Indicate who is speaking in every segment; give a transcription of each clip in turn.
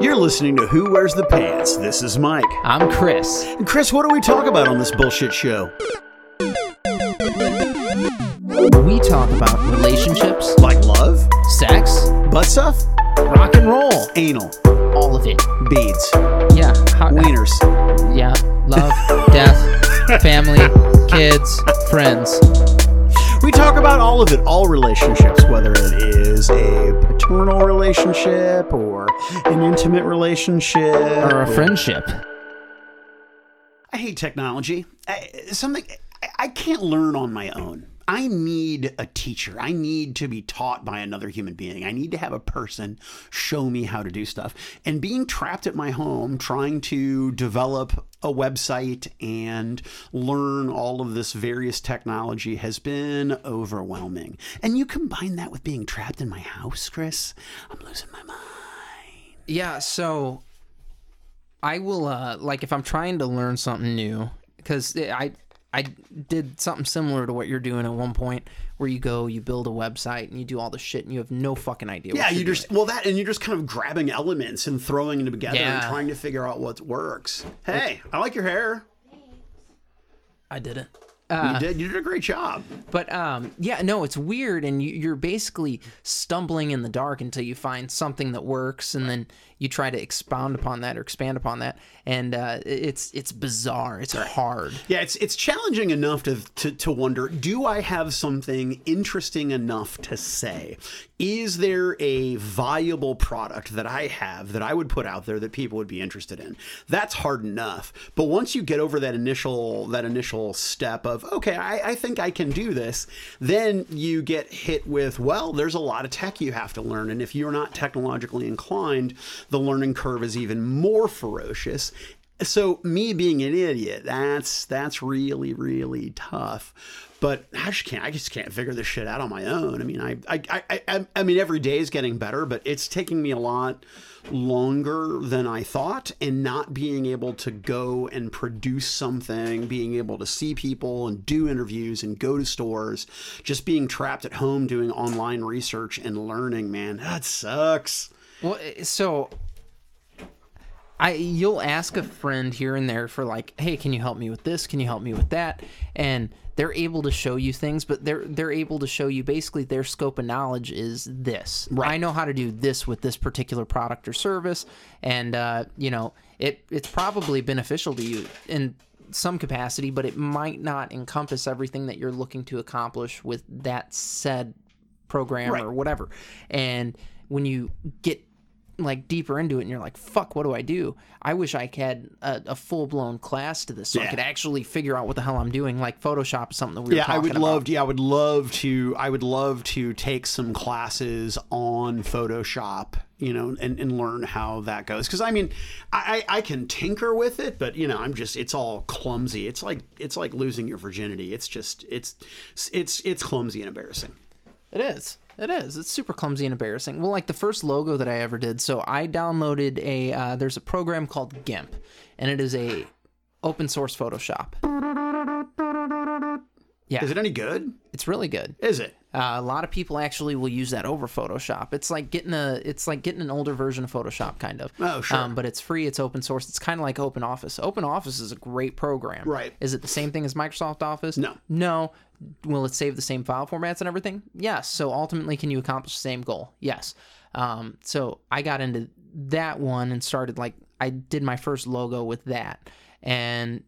Speaker 1: You're listening to Who Wears the Pants. This is Mike.
Speaker 2: I'm Chris.
Speaker 1: And Chris, what do we talk about on this bullshit show?
Speaker 2: We talk about relationships,
Speaker 1: Like love,
Speaker 2: sex,
Speaker 1: butt stuff,
Speaker 2: rock and roll,
Speaker 1: anal,
Speaker 2: all of it.
Speaker 1: beads,
Speaker 2: Yeah, hot,
Speaker 1: wieners.
Speaker 2: yeah, love, death, family, kids, friends.
Speaker 1: We talk about all of it, all relationships, whether it is a paternal relationship or an intimate relationship
Speaker 2: Or a friendship.
Speaker 1: I hate technology. I, something I, I can't learn on my own. I need a teacher. I need to be taught by another human being. I need to have a person show me how to do stuff. And being trapped at my home trying to develop a website and learn all of this various technology has been overwhelming. And you combine that with being trapped in my house, Chris, I'm losing my mind.
Speaker 2: Yeah, so I will uh like if I'm trying to learn something new cuz I I did something similar to what you're doing at one point where you go, you build a website and you do all the shit and you have no fucking idea
Speaker 1: Yeah,
Speaker 2: what
Speaker 1: you
Speaker 2: you're
Speaker 1: just well that, and you're just kind of grabbing elements and throwing them together and
Speaker 2: Yeah.
Speaker 1: trying to figure out what works. Hey, I like your hair.
Speaker 2: doing. I did it.
Speaker 1: you did. You did a great job.
Speaker 2: But um, yeah, no, it's weird, and you, you're basically stumbling in the dark until you find something that works, and then you try to expound upon that or expand upon that, and uh, it- it's it's bizarre. It's hard.
Speaker 1: Yeah, it's it's challenging enough to, to to wonder: Do I have something interesting enough to say? Is there a viable product that I have that I would put out there that people would be interested in? That's hard enough. But once you get over that initial that initial step of okay, I, I think I can do this, then you get hit with well, there's a lot of tech you have to learn, and if you're not technologically inclined, the learning curve is even more ferocious so me being an idiot that's that's really really tough but i just can't i just can't figure this shit out on my own i mean i i i, I, I mean every day is getting better but it's taking me a lot longer than i thought and not being able to go and produce something being able to see people and do interviews and go to stores just being trapped at home doing online research and learning man that sucks
Speaker 2: Well, eh, so I you'll ask a friend here and there for like, hey, can you help me with this? Can you help me with that? And they're able to show you things, but they're they're able to show you basically their scope of knowledge is this. I know how to do this with this particular product or service, and uh, you know it it's probably beneficial to you in some capacity, but it might not encompass everything that you're looking to accomplish with that said program or whatever. And when you get like deeper into it and you're like, fuck, what do I do? I wish I had a, a full blown class to this so I
Speaker 1: Yeah.
Speaker 2: could actually figure out what the hell I'm doing. Like Photoshop is something that we were
Speaker 1: yeah, I
Speaker 2: talking
Speaker 1: would
Speaker 2: about.
Speaker 1: love. To, yeah, I would love to. I would love to take some classes on Photoshop, you know, and, and learn how that goes. Because I mean, I, I I can tinker with it, but you know, I'm just it's all clumsy. It's like it's like losing your virginity. It's just it's it's it's clumsy and embarrassing.
Speaker 2: It is. It is. It's super clumsy and embarrassing. Well, like the first logo that I ever did. So I downloaded a. Uh, there's a program called GIMP, and it is a open source Photoshop.
Speaker 1: Is it any good?
Speaker 2: It's really good.
Speaker 1: Is it?
Speaker 2: Uh, a lot of people actually will use that over Photoshop. It's like getting a, it's like getting an older version of Photoshop, kind of.
Speaker 1: Oh, sure.
Speaker 2: Um, but it's free. It's open source. It's kind of like Open Office. Open Office is a great program.
Speaker 1: Right.
Speaker 2: Is it the same thing as Microsoft Office?
Speaker 1: No.
Speaker 2: No. Will it save the same file formats and everything? Yes. So ultimately, can you accomplish the same goal? Yes. Um, so I got into that one and started like I did my first logo with that, and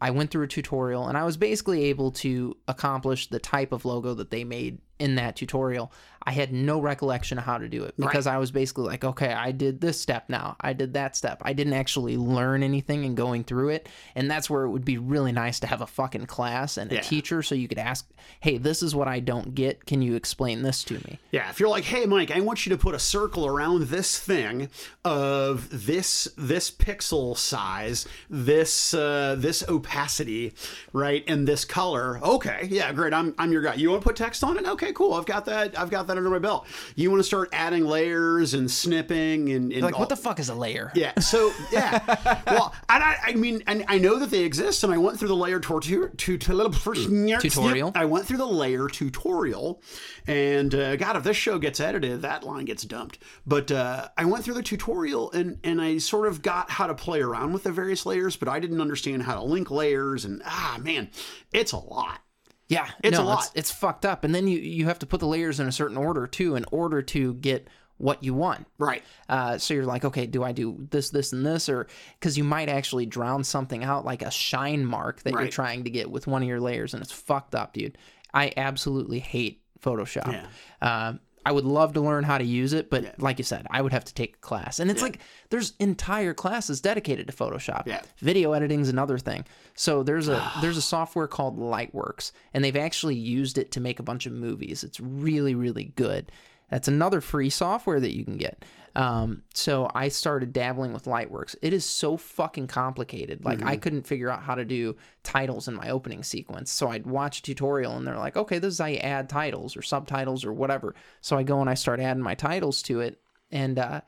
Speaker 2: I went through a tutorial and I was basically able to accomplish the type of logo that they made in that tutorial. I had no recollection of how to do it because I was basically like, okay, I did this step now. I did that step. I didn't actually learn anything in going through it. And that's where it would be really nice to have a fucking class and a teacher so you could ask, hey, this is what I don't get. Can you explain this to me?
Speaker 1: Yeah, if you're like, hey, Mike, I want you to put a circle around this thing of this this pixel size, this uh, this opacity, right, and this color. Okay, yeah, great. I'm I'm your guy. You want to put text on it? Okay, cool. I've got that. I've got that under my belt. You want to start adding layers and snipping and, and
Speaker 2: Like,
Speaker 1: all-
Speaker 2: what the fuck is a layer?
Speaker 1: yeah. So yeah. well, and I, I mean, and I know that they exist, and I went through the layer tortu- tu- tu-
Speaker 2: Tutorial.
Speaker 1: I went through the layer tutorial, and uh, God, if this show gets edited, that line gets dumped. But uh, I went through the tutorial, and and I sort of got how to play around with the various layers, but I didn't understand how to link layers, and ah, man, it's a lot.
Speaker 2: Yeah,
Speaker 1: It's a
Speaker 2: no,
Speaker 1: lot.
Speaker 2: It's, it's fucked up, and then you you have to put the layers in a certain order too, in order to get what you want.
Speaker 1: Right.
Speaker 2: Uh, so you're like, okay, do I do this, this, and this, or because you might actually drown something out, like a shine mark that you're
Speaker 1: Right.
Speaker 2: trying to get with one of your layers, and it's fucked up, dude. I absolutely hate Photoshop. Um, I would love to learn how to use it, but like you said, I would have to take a class, and it's like there's entire classes dedicated to Photoshop.
Speaker 1: Yeah.
Speaker 2: Video editing's another thing. So there's a there's a software called Lightworks, and they've actually used it to make a bunch of movies. It's really really good. That's another free software that you can get. Um, so I started dabbling with Lightworks. It is so fucking complicated. Like I couldn't figure out how to do titles in my opening sequence. So I'd watch a tutorial and they're like, okay, this is how you add titles or subtitles or whatever. So I go and I start adding my titles to it, and uh,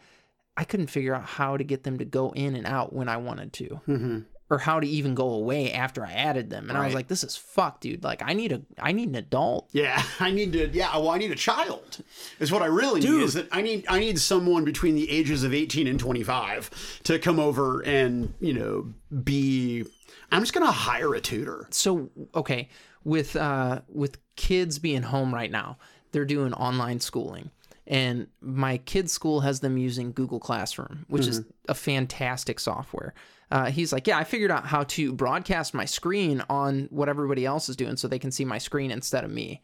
Speaker 2: I couldn't figure out how to get them to go in and out when I wanted to, or how to even go away after I added them. And I was
Speaker 1: Right.
Speaker 2: like, "This is fucked, dude. Like, I need a, I need an adult."
Speaker 1: Yeah, I need to. Yeah, well, I need a child. Is what I really need. Is that I need I need someone between the ages of eighteen and twenty five to come over and you know be. I'm just gonna hire a tutor.
Speaker 2: So okay, with uh, with kids being home right now, they're doing online schooling, and my kids' school has them using Google Classroom, which is a fantastic software. Uh, he's like, yeah, I figured out how to broadcast my screen on what everybody else is doing, so they can see my screen instead of me.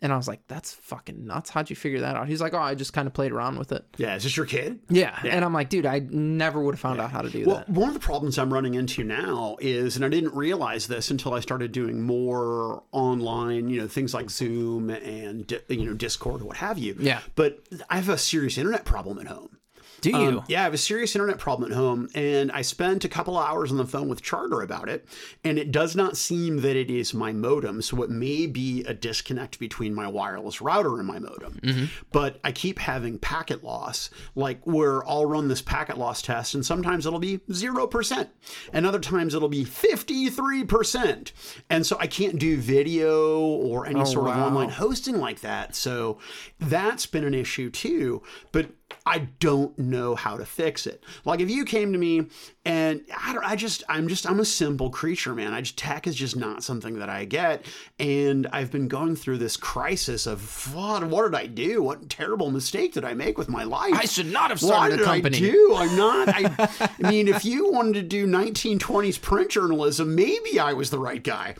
Speaker 2: And I was like, that's fucking nuts. How'd you figure that out? He's like, oh, I just kind of played around with it.
Speaker 1: Yeah, is this your kid?
Speaker 2: Yeah. And I'm like, dude, I never would have found out how to do
Speaker 1: Well,
Speaker 2: that.
Speaker 1: one of the problems I'm running into now is, and I didn't realize this until I started doing more online, you know, things like Zoom and you know Discord or what have you.
Speaker 2: Yeah.
Speaker 1: But I have a serious internet problem at home.
Speaker 2: Do you?
Speaker 1: Um, yeah, I have a serious internet problem at home, and I spent a couple of hours on the phone with Charter about it, and it does not seem that it is my modem, so it may be a disconnect between my wireless router and my modem. But I keep having packet loss, like where I'll run this packet loss test, and sometimes it'll be 0%, and other times it'll be 53%. And so I can't do video or any sort of
Speaker 2: wow.
Speaker 1: online hosting like that. So that's been an issue too, but I don't know how to fix it. Like if you came to me and I don't, I just, I'm just, I'm a simple creature, man. I just, tech is just not something that I get. And I've been going through this crisis of what, what did I do? What terrible mistake did I make with my life?
Speaker 2: I should not have
Speaker 1: Why
Speaker 2: started
Speaker 1: did
Speaker 2: a company.
Speaker 1: I do? I'm not. I, I mean, if you wanted to do 1920s print journalism, maybe I was the right guy.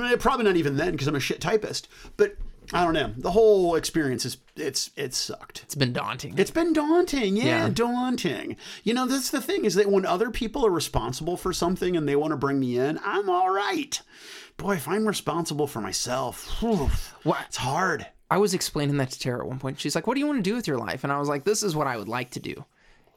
Speaker 1: Eh, Probably not even then, because I'm a shit typist. But I don't know. The whole experience is it's it sucked.
Speaker 2: It's been daunting.
Speaker 1: It's been daunting, yeah,
Speaker 2: Yeah.
Speaker 1: daunting. You know, that's the thing is that when other people are responsible for something and they want to bring me in, I'm all right. Boy, if I'm responsible for myself, whew, it's hard.
Speaker 2: I was explaining that to Tara at one point. She's like, "What do you want to do with your life?" And I was like, "This is what I would like to do."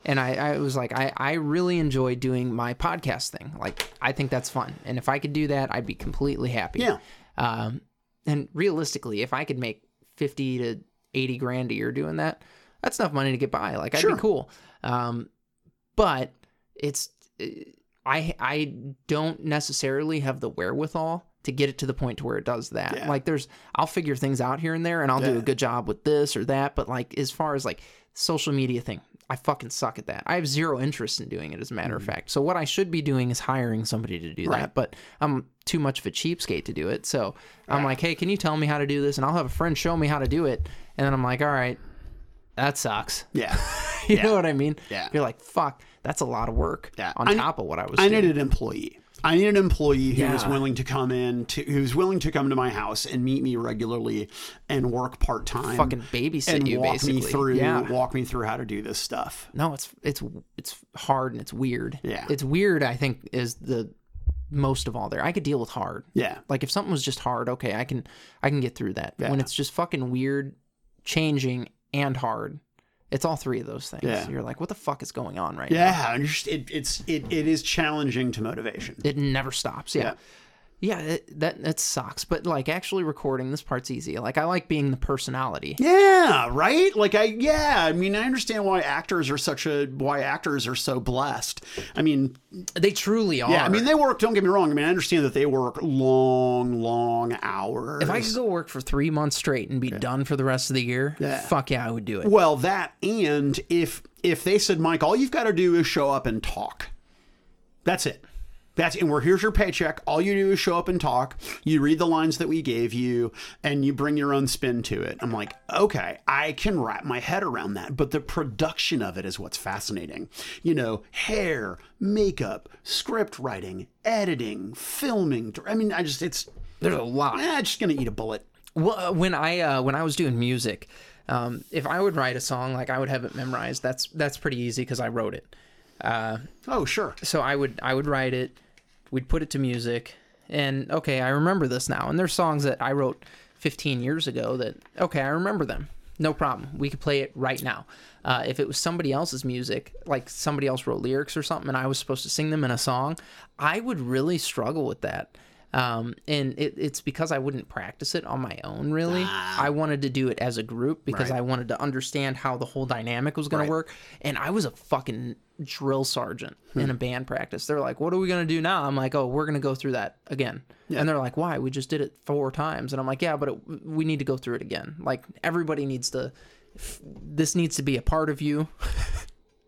Speaker 2: And I, I was like, I, I really enjoy doing my podcast thing. Like, I think that's fun. And if I could do that, I'd be completely happy.
Speaker 1: Yeah.
Speaker 2: Um, and realistically, if I could make fifty to eighty grand a year doing that, that's enough money to get by. Like, I'd
Speaker 1: Sure.
Speaker 2: be cool. Um, but it's uh, I I don't necessarily have the wherewithal to get it to the point to where it does that.
Speaker 1: Yeah.
Speaker 2: Like there's I'll figure things out here and there and I'll do
Speaker 1: Yeah.
Speaker 2: a good job with this or that, but like as far as like social media thing, I fucking suck at that. I have zero interest in doing it as a
Speaker 1: Mm.
Speaker 2: matter of fact. So what I should be doing is hiring somebody to do that, but I'm too much of a cheapskate to do it. So I'm like, "Hey, can you tell me how to do this?" and I'll have a friend show me how to do it. And then I'm like, "All right, that sucks."
Speaker 1: Yeah.
Speaker 2: You know what I mean?
Speaker 1: Yeah.
Speaker 2: You're like, fuck, that's a lot of work
Speaker 1: Yeah.
Speaker 2: on
Speaker 1: I-
Speaker 2: top of what I was
Speaker 1: I
Speaker 2: doing.
Speaker 1: need an employee. I need an employee who is
Speaker 2: Yeah.
Speaker 1: willing to come in to who's willing to come to my house and meet me regularly and work part time.
Speaker 2: Fucking babysit
Speaker 1: and
Speaker 2: you,
Speaker 1: walk me
Speaker 2: basically.
Speaker 1: through
Speaker 2: Yeah.
Speaker 1: walk me through how to do this stuff.
Speaker 2: no, it's it's it's hard and it's weird.
Speaker 1: Yeah.
Speaker 2: It's weird, I think, is the most of all there. I could deal with hard.
Speaker 1: Yeah.
Speaker 2: Like if something was just hard, okay, I can I can get through that. When it's just fucking weird, changing and hard. It's all three of those things.
Speaker 1: Yeah.
Speaker 2: You're like, what the fuck is going on right now?
Speaker 1: Yeah. and just- It, it's it, it is challenging to motivation.
Speaker 2: It never stops. Yeah. yeah, it, that that sucks. But like actually recording this part's easy. Like I like being the personality.
Speaker 1: Yeah, right? Like I yeah, I mean I understand why actors are such a why actors are so blessed. I mean,
Speaker 2: They truly are.
Speaker 1: yeah, I mean they work, don't get me wrong. I mean, I understand that they work long, long hours.
Speaker 2: if I could go work for three months straight and be done for the rest of the year, fuck yeah, I would do it.
Speaker 1: well, that and if if they said, "Mike, all you've got to do is show up and talk." That's it. That's and we're here's your paycheck. All you do is show up and talk. You read the lines that we gave you, and you bring your own spin to it. I'm like, okay, I can wrap my head around that. But the production of it is what's fascinating. You know, hair, makeup, script writing, editing, filming. dir- I mean, I just it's
Speaker 2: There's a lot.
Speaker 1: eh, just gonna eat a bullet.
Speaker 2: Well, uh, when I uh, when I was doing music, um, if I would write a song, like I would have it memorized. That's that's pretty easy because I wrote it.
Speaker 1: Oh sure,
Speaker 2: So I would I would write it. We'd put it to music, and okay, I remember this now. And there's songs that I wrote 15 years ago that okay, I remember them. No problem. We could play it right now. Uh, if it was somebody else's music, like somebody else wrote lyrics or something, and I was supposed to sing them in a song, I would really struggle with that. Um, and it, it's because I wouldn't practice it on my own, really.
Speaker 1: Ah.
Speaker 2: I wanted to do it as a group because I wanted to understand how the whole dynamic was going to work. And I was a fucking drill sergeant
Speaker 1: Hmm.
Speaker 2: in a band practice. They're like, what are we going to do now? I'm like, oh, we're going to go through that again. And they're like, why? We just did it four times. And I'm like, yeah, but it, we need to go through it again. Like, everybody needs to, f- this needs to be a part of you.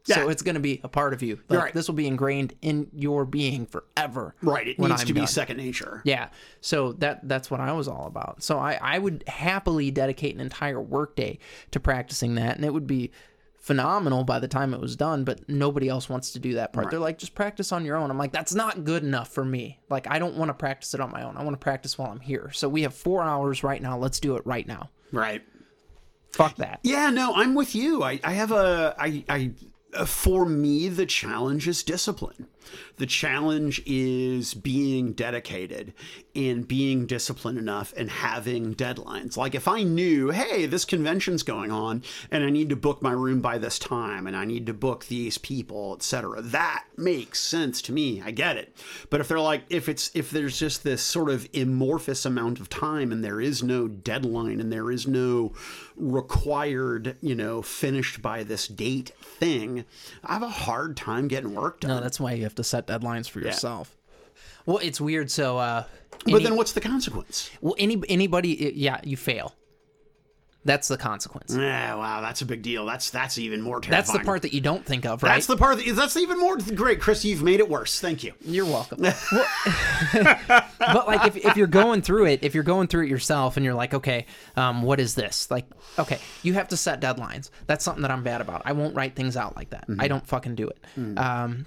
Speaker 2: So it's going to be a part of you. Like,
Speaker 1: right.
Speaker 2: This will be ingrained in your being forever.
Speaker 1: right? It
Speaker 2: when
Speaker 1: needs
Speaker 2: I'm
Speaker 1: to be
Speaker 2: done.
Speaker 1: second nature.
Speaker 2: Yeah. So that that's what I was all about. So I, I would happily dedicate an entire workday to practicing that and it would be phenomenal by the time it was done, but nobody else wants to do that part. They're like, just practice on your own. I'm like, that's not good enough for me. Like I don't want to practice it on my own. I want to practice while I'm here. So we have four hours right now. Let's do it right now.
Speaker 1: Right.
Speaker 2: Fuck that.
Speaker 1: Yeah, no, I'm with you. I, I have a, I, I, uh, for me, the challenge is discipline. The challenge is being dedicated and being disciplined enough and having deadlines. Like if I knew, hey, this convention's going on and I need to book my room by this time and I need to book these people, etc. That makes sense to me. I get it. But if they're like, if it's if there's just this sort of amorphous amount of time and there is no deadline and there is no required, you know, finished by this date thing, I have a hard time getting work done.
Speaker 2: No, that's why you have to set deadlines for yourself. Well, it's weird. So uh
Speaker 1: but then what's the consequence?
Speaker 2: Well, any anybody, yeah, you fail. That's the consequence.
Speaker 1: Yeah, Eh, wow, that's a big deal. That's that's even more terrifying.
Speaker 2: That's the part that you don't think of, right?
Speaker 1: That's the part. That, that's even more great, Chris. You've made it worse. Thank you.
Speaker 2: You're welcome. Well- but like, if, if you're going through it, if you're going through it yourself, and you're like, okay, um, what is this? Like, okay, you have to set deadlines. That's something that I'm bad about. I won't write things out like that. I don't fucking do it. Um,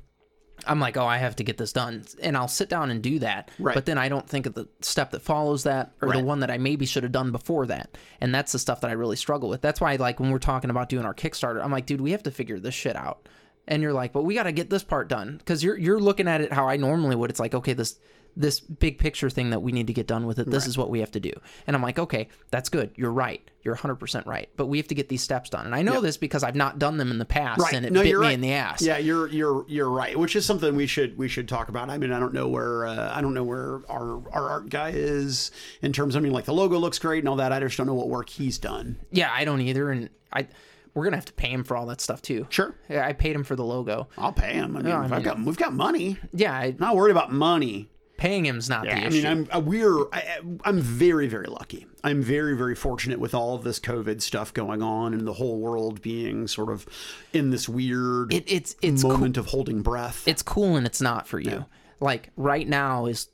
Speaker 2: I'm like, oh, I have to get this done, and I'll sit down and do that.
Speaker 1: Right.
Speaker 2: But then I don't think of the step that follows that, or the one that I maybe should have done before that. And that's the stuff that I really struggle with. That's why, like, when we're talking about doing our Kickstarter, I'm like, dude, we have to figure this shit out. And you're like, but we got to get this part done because you're you're looking at it how I normally would. It's like, okay, this this big picture thing that we need to get done with it. This is what we have to do. And I'm like, okay, that's good. You're right. You're 100% right. But we have to get these steps done. And I know this because I've not done them in the past,
Speaker 1: Right.
Speaker 2: and it
Speaker 1: no,
Speaker 2: bit me
Speaker 1: you're right.
Speaker 2: in the ass.
Speaker 1: Yeah, you're you're you're right. Which is something we should we should talk about. I mean, I don't know where uh, I don't know where our our art guy is in terms. I mean, like the logo looks great and all that. I just don't know what work he's done.
Speaker 2: Yeah, I don't either, and I we're gonna have to pay him for all that stuff too.
Speaker 1: Sure.
Speaker 2: Yeah, I paid him for the logo.
Speaker 1: I'll pay him. I mean,
Speaker 2: I
Speaker 1: I've got we've got money.
Speaker 2: Yeah, I,
Speaker 1: not worried about money.
Speaker 2: paying him's not the
Speaker 1: I
Speaker 2: issue.
Speaker 1: mean, I'm uh, we're I, I'm very very lucky. I'm very very fortunate with all of this COVID stuff going on and the whole world being sort of in this weird
Speaker 2: it, it's it's cool.
Speaker 1: moment of holding breath.
Speaker 2: it's cool and it's not for you. Like right now is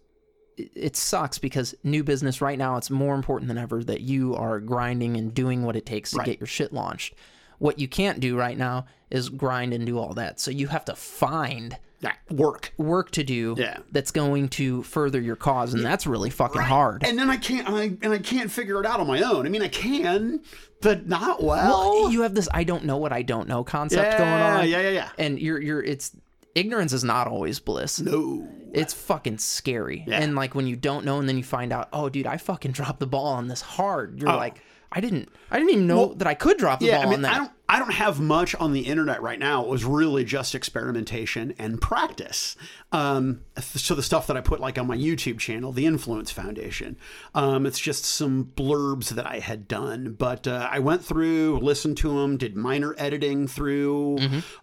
Speaker 2: it- it sucks because new business right now it's more important than ever that you are grinding and doing what it takes to get your shit launched. What you can't do right now is grind and do all that. So you have to find
Speaker 1: Yeah, work.
Speaker 2: work to do
Speaker 1: Yeah.
Speaker 2: that's going to further your cause and that's really fucking hard.
Speaker 1: And then I can't and I, and I can't figure it out on my own. I mean, I can, but not well.
Speaker 2: you have this I don't know what I don't know concept
Speaker 1: yeah,
Speaker 2: going on.
Speaker 1: Oh. yeah, yeah, yeah.
Speaker 2: And you're you're it's ignorance is not always bliss.
Speaker 1: No.
Speaker 2: It's fucking scary. And like when you don't know and then you find out, oh dude, I fucking dropped the ball on this hard. You're like, I didn't I didn't even know that I could drop the
Speaker 1: Yeah,
Speaker 2: ball
Speaker 1: I mean,
Speaker 2: on that.
Speaker 1: I don't, I don't have much on the internet right now. It was really just experimentation and practice. Um, so the stuff that I put like on my YouTube channel, the Influence Foundation, um, it's just some blurbs that I had done. But uh, I went through, listened to them, did minor editing through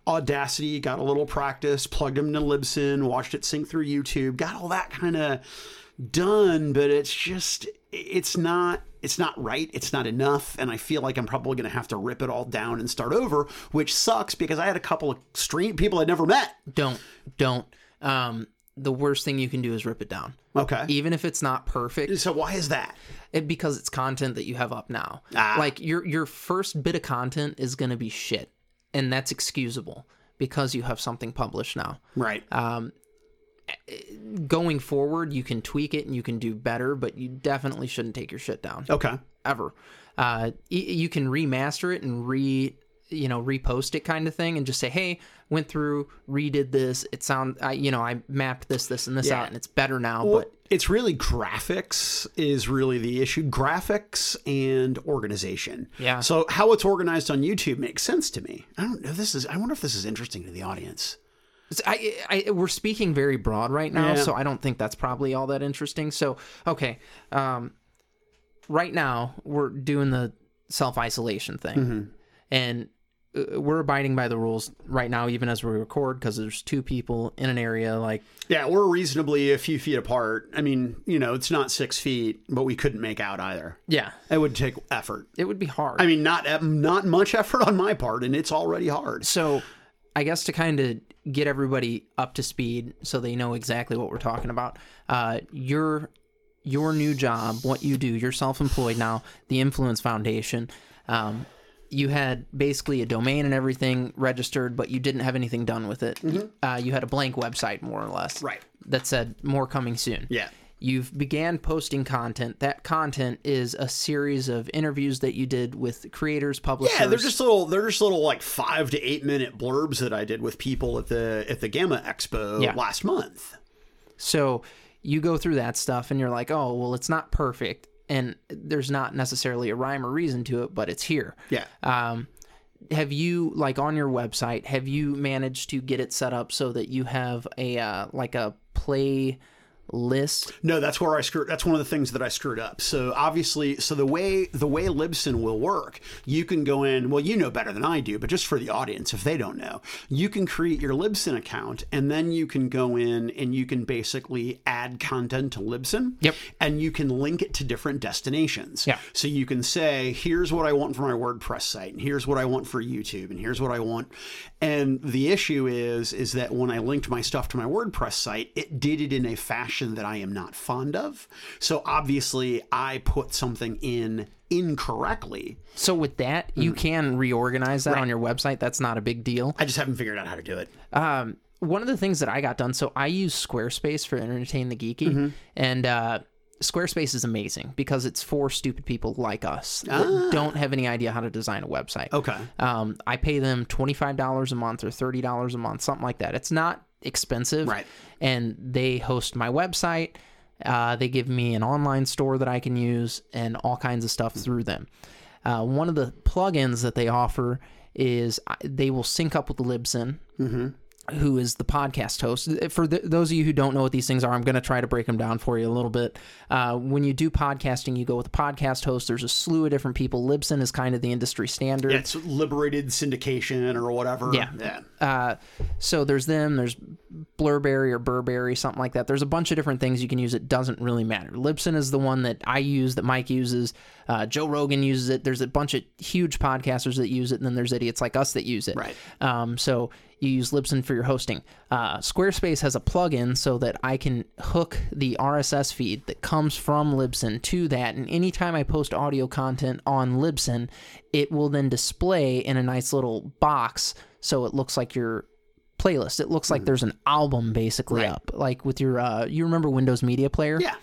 Speaker 1: Audacity, got a little practice, plugged them into Libsyn, watched it sync through YouTube, got all that kind of done but it's just it's not it's not right it's not enough and i feel like i'm probably going to have to rip it all down and start over which sucks because i had a couple of stream people i'd never met
Speaker 2: don't don't um the worst thing you can do is rip it down
Speaker 1: okay
Speaker 2: even if it's not perfect
Speaker 1: so why is that
Speaker 2: it, because it's content that you have up now
Speaker 1: Ah.
Speaker 2: like your your first bit of content is going to be shit and that's excusable because you have something published now
Speaker 1: right
Speaker 2: going forward you can tweak it and you can do better but you definitely shouldn't take your shit down
Speaker 1: okay
Speaker 2: ever uh y- you can remaster it and re you know repost it kind of thing and just say hey went through redid this it sound i you know i mapped this this and this
Speaker 1: Yeah.
Speaker 2: out and it's better now but
Speaker 1: Well, it's really graphics is really the issue. Graphics and organization.
Speaker 2: Yeah.
Speaker 1: So how it's organized on YouTube makes sense to me. I don't know. This is. I wonder if this is interesting to the audience.
Speaker 2: So I, I we're speaking very broad right now,
Speaker 1: Yeah.
Speaker 2: so I don't think that's probably all that interesting. So okay, um, right now we're doing the self isolation thing, and uh, we're abiding by the rules right now, even as we record, because there's two people in an area. Like
Speaker 1: Yeah, we're reasonably a few feet apart. I mean, you know, it's not six feet, but we couldn't make out either.
Speaker 2: yeah,
Speaker 1: It would take effort.
Speaker 2: it would be hard.
Speaker 1: I mean, not not much effort on my part, and it's already hard.
Speaker 2: so I guess to kind of get everybody up to speed, so they know exactly what we're talking about. Uh, your your new job, what you do, you're self employed now. The Influence Foundation. Um, you had basically a domain and everything registered, but you didn't have anything done with it. Uh, you had a blank website, more or less,
Speaker 1: Mm-hmm. Right.
Speaker 2: That said, more coming soon.
Speaker 1: Yeah.
Speaker 2: You've began posting content. That content is a series of interviews that you did with creators, publishers.
Speaker 1: Yeah, they're just little. They're just little like five to eight minute blurbs that I did with people at the at the Gamma Expo
Speaker 2: Yeah.
Speaker 1: last month.
Speaker 2: So you go through that stuff and you're like, oh, well, it's not perfect. And there's not necessarily a rhyme or reason to it, but it's here.
Speaker 1: Yeah.
Speaker 2: Um, have you like on your website? Have you managed to get it set up so that you have a uh, like a play list?
Speaker 1: No, that's where I screwed. That's one of the things that I screwed up. So obviously, so the way the way Libsyn will work, you can go in. Well, you know better than I do, but just for the audience, if they don't know, you can create your Libsyn account, and then you can go in and you can basically add content to Libsyn.
Speaker 2: Yep.
Speaker 1: And you can link it to different destinations.
Speaker 2: Yeah.
Speaker 1: So you can say, here's what I want for my WordPress site, and here's what I want for YouTube, and here's what I want. And the issue is, is that when I linked my stuff to my WordPress site, it did it in a fashion that I am not fond of. So obviously, I put something in incorrectly.
Speaker 2: So with that, you can reorganize that on your website. That's not a big deal.
Speaker 1: I just haven't figured out how to do it.
Speaker 2: um, one of the things that I got done, so I use Squarespace for Entertain the Geeky, and uh, Squarespace is amazing because it's for stupid people like us that don't have any idea how to design a website.
Speaker 1: Okay.
Speaker 2: Um, I pay them twenty five dollars a month or thirty dollars a month, something like that. It's not expensive,
Speaker 1: Right.
Speaker 2: And they host my website. Uh, they give me an online store that I can use and all kinds of stuff through them. Uh, one of the plugins that they offer is uh, they will sync up with Libsyn. who is the podcast host? For th- those of you who don't know what these things are, I'm going to try to break them down for you a little bit. Uh, when you do podcasting, you go with a podcast host. There's a slew of different people. Libsyn is kind of the industry standard.
Speaker 1: It's liberated syndication or whatever.
Speaker 2: Yeah.
Speaker 1: Yeah.
Speaker 2: Uh, so there's them, there's Blurberry or Burberry, something like that. There's a bunch of different things you can use. It doesn't really matter. Libsyn is the one that I use, that Mike uses. Uh, Joe Rogan uses it. There's a bunch of huge podcasters that use it, and then there's idiots like us that use it.
Speaker 1: Right.
Speaker 2: Um, so you use Libsyn for your hosting. Uh, Squarespace has a plugin so that I can hook the RSS feed that comes from Libsyn to that. And anytime I post audio content on Libsyn, it will then display in a nice little box so it looks like your playlist. It looks like there's an album basically up, like with your, uh, you remember Windows Media Player?
Speaker 1: Yeah.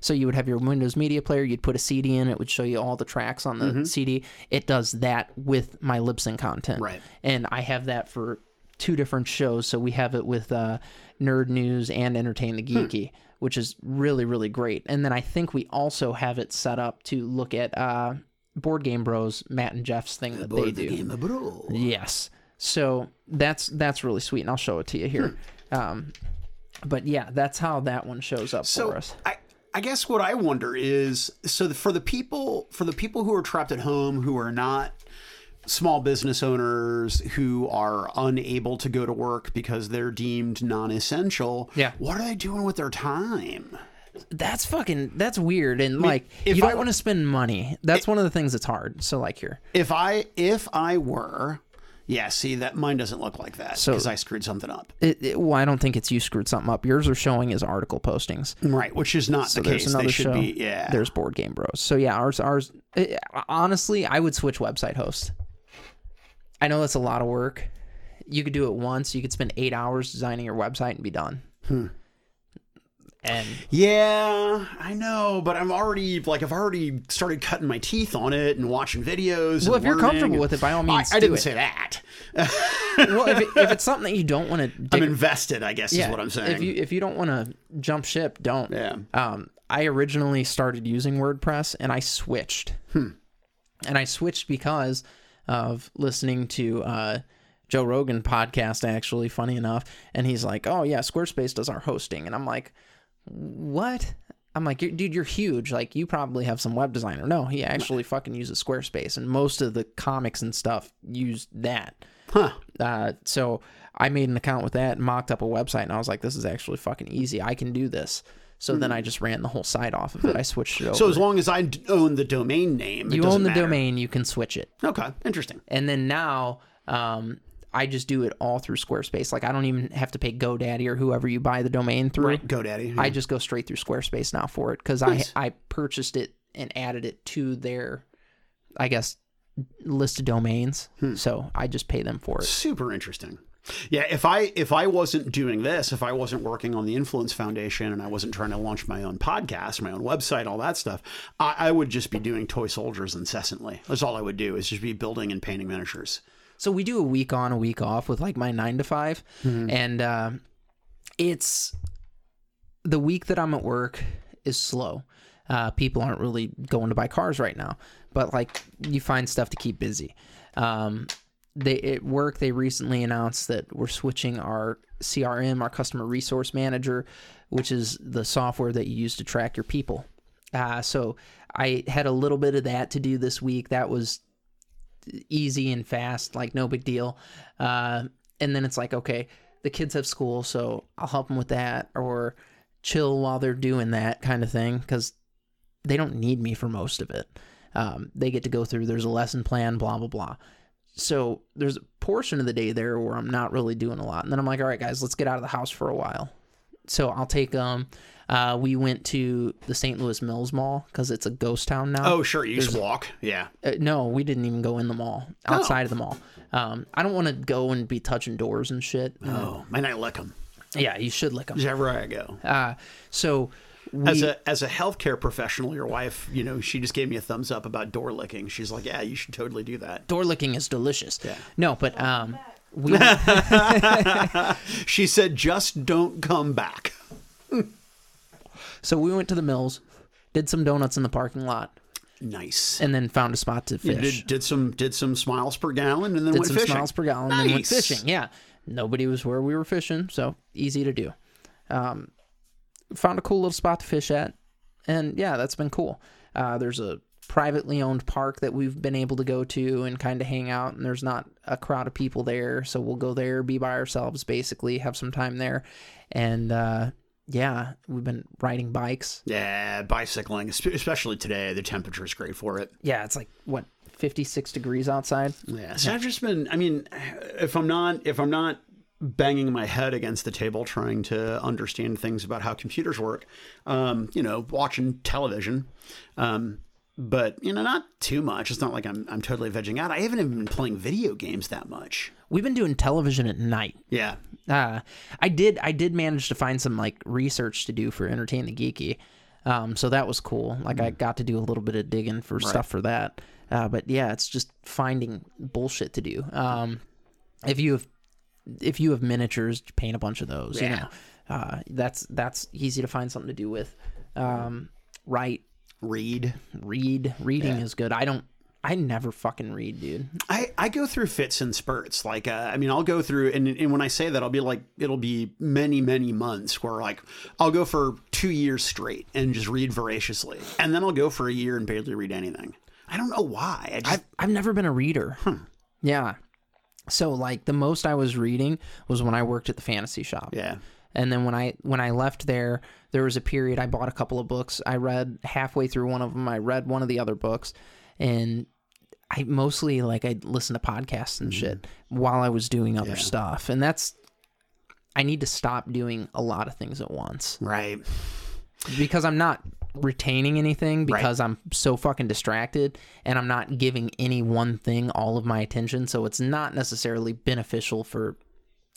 Speaker 2: So you would have your Windows Media Player, you'd put a CD in, it would show you all the tracks on the
Speaker 1: Mm-hmm.
Speaker 2: CD. It does that with my Libsyn content.
Speaker 1: Right.
Speaker 2: And I have that for two different shows. So we have it with uh, Nerd News and Entertain
Speaker 1: Hmm.
Speaker 2: the Geeky, which is really, really great. And then I think we also have it set up to look at uh, board game bros, Matt and Jeff's thing that they
Speaker 1: Board
Speaker 2: do.
Speaker 1: game, bro.
Speaker 2: Yes. So that's that's really sweet, and I'll show it to you here.
Speaker 1: Hmm.
Speaker 2: Um, but yeah, that's how that one shows up
Speaker 1: so
Speaker 2: for us.
Speaker 1: I, I guess what I wonder is so the, for the people for the people who are trapped at home who are not small business owners who are unable to go to work because they're deemed non-essential.
Speaker 2: Yeah.
Speaker 1: What are they doing with their time?
Speaker 2: That's fucking that's weird, and like
Speaker 1: if
Speaker 2: you don't
Speaker 1: I-
Speaker 2: want to spend money. That's one of the things that's hard. So like here,
Speaker 1: If I if I were yeah, see that mine doesn't look like that because I screwed something up.
Speaker 2: it, it- well, I don't think it's you screwed something up. Yours are showing as article postings.
Speaker 1: Right, which is not the
Speaker 2: There's
Speaker 1: case. They
Speaker 2: another
Speaker 1: should
Speaker 2: show.
Speaker 1: be yeah.
Speaker 2: There's board game bros. So yeah, ours ours. eh, honestly, I would switch website host. I know that's a lot of work. You could do it once. You could spend eight hours designing your website and be done. And
Speaker 1: Yeah, I know, but I'm already like I've already started cutting my teeth on it and watching videos.
Speaker 2: Well,
Speaker 1: and
Speaker 2: if you're
Speaker 1: learning.
Speaker 2: comfortable with it, by all
Speaker 1: I-
Speaker 2: means,
Speaker 1: I,
Speaker 2: do
Speaker 1: didn't
Speaker 2: it.
Speaker 1: say that.
Speaker 2: well, if, it, if it's something that you don't want to,
Speaker 1: I'm invested. I guess is what I'm saying.
Speaker 2: If you if you don't want to jump ship, don't.
Speaker 1: Yeah.
Speaker 2: Um, I originally started using WordPress, and I switched.
Speaker 1: Hmm.
Speaker 2: And I switched because of listening to uh, Joe Rogan podcast. Actually, funny enough, and he's like, "Oh yeah, Squarespace does our hosting," and I'm like, "What?" I'm like, "You're- dude, you're huge. Like, you probably have some web designer. No, he actually fucking uses Squarespace, and most of the comics and stuff use that.
Speaker 1: huh?
Speaker 2: Uh, so I made an account with that and mocked up a website, and I was like, this is actually fucking easy. I can do this. So then I just ran the whole site off of it. I switched it over.
Speaker 1: Hmm. So as long as I d- own the domain name, it
Speaker 2: you
Speaker 1: doesn't
Speaker 2: own the
Speaker 1: matter.
Speaker 2: domain, you can switch it.
Speaker 1: Okay, interesting.
Speaker 2: And then now, um, I just do it all through Squarespace. Like I don't even have to pay GoDaddy or whoever you buy the domain through.
Speaker 1: GoDaddy.
Speaker 2: I just go straight through Squarespace now for it because I I purchased it and added it to their, I guess, list of domains.
Speaker 1: Hmm.
Speaker 2: So I just pay them for it.
Speaker 1: super interesting. Yeah, if I if I wasn't doing this, if I wasn't working on the Influence Foundation, and I wasn't trying to launch my own podcast, my own website, all that stuff, I, I would just be doing toy soldiers incessantly. That's all I would do is just be building and painting miniatures.
Speaker 2: So we do a week on, a week off with like my nine to 5 and uh, it's the week that I'm at work is slow. Uh, people aren't really going to buy cars right now, but like you find stuff to keep busy. Um, they at work they recently announced that we're switching our CRM, our customer resource manager, which is the software that you use to track your people. Uh, so I had a little bit of that to do this week. That was easy and fast, like no big deal. Uh, and then it's like, okay, the kids have school, so I'll help them with that or chill while they're doing that kind of thing because they don't need me for most of it. Um, they get to go through, there's a lesson plan, blah, blah, blah. So there's a portion of the day there where I'm not really doing a lot. And then I'm like, all right, guys, let's get out of the house for a while. So I'll take them. Uh, we went to the St. Louis Mills Mall because it's a ghost town now.
Speaker 1: Oh, sure, you just walk. Yeah,
Speaker 2: Uh, no, we didn't even go in the mall. Outside of the mall. Um, I don't want to go and be touching doors and shit.
Speaker 1: Oh, and I lick them
Speaker 2: Yeah, you should lick them.
Speaker 1: everywhere I go.
Speaker 2: Uh, so we,
Speaker 1: As a as a healthcare professional, your wife, you know, she just gave me a thumbs up about door licking. She's like, "Yeah, you should totally do that."
Speaker 2: door licking is delicious. No, but um, we
Speaker 1: She said, "Just don't come back."
Speaker 2: so we went to the mills, did some donuts in the parking lot,
Speaker 1: Nice.
Speaker 2: and then found a spot to fish.
Speaker 1: Did, did some did some smiles per gallon and then
Speaker 2: did
Speaker 1: went
Speaker 2: some
Speaker 1: fishing.
Speaker 2: smiles per gallon and went
Speaker 1: Nice.
Speaker 2: fishing. Yeah, nobody was where we were fishing, so easy to do. Um, found a cool little spot to fish at, and yeah, that's been cool. Uh, there's a privately owned park that we've been able to go to and kind of hang out, and there's not a crowd of people there, so we'll go there, be by ourselves, basically, have some time there, and uh, yeah, we've been riding bikes.
Speaker 1: Yeah, bicycling, espe- especially today, the temperature is great for it.
Speaker 2: Yeah, it's like what 56 degrees outside.
Speaker 1: Yeah, so I've just been. I mean, if I'm not if I'm not banging my head against the table trying to understand things about how computers work, um, you know, watching television, um, but you know, not too much. It's not like I'm I'm totally vegging out. I haven't even been playing video games that much.
Speaker 2: We've been doing television at night.
Speaker 1: Yeah,
Speaker 2: Uh, I did. I did manage to find some like research to do for Entertain the Geeky, um, so that was cool. Like I got to do a little bit of digging for stuff for that. Uh, but yeah, it's just finding bullshit to do. Um, if you have, if you have miniatures, paint a bunch of those. You
Speaker 1: Yeah.
Speaker 2: know, uh, that's that's easy to find something to do with. Um, write,
Speaker 1: read.
Speaker 2: read. Reading is good. I don't I never fucking read, dude.
Speaker 1: I, I go through fits and spurts. Like, uh, I mean, I'll go through, and, and when I say that, I'll be like, it'll be many, many months where, like, I'll go for two years straight and just read voraciously. And then I'll go for a year and barely read anything. I don't know why. I just,
Speaker 2: I've I've never been a reader. Yeah. So like the most I was reading was when I worked at the fantasy shop.
Speaker 1: yeah.
Speaker 2: And then when I when I left there, there was a period I bought a couple of books. I read halfway through one of them. I read one of the other books, and I mostly like I listened to podcasts and shit while I was doing other stuff. And that's I need to stop doing a lot of things at once
Speaker 1: Right.
Speaker 2: because I'm not retaining anything because I'm so fucking distracted and I'm not giving any one thing all of my attention. So it's not necessarily beneficial for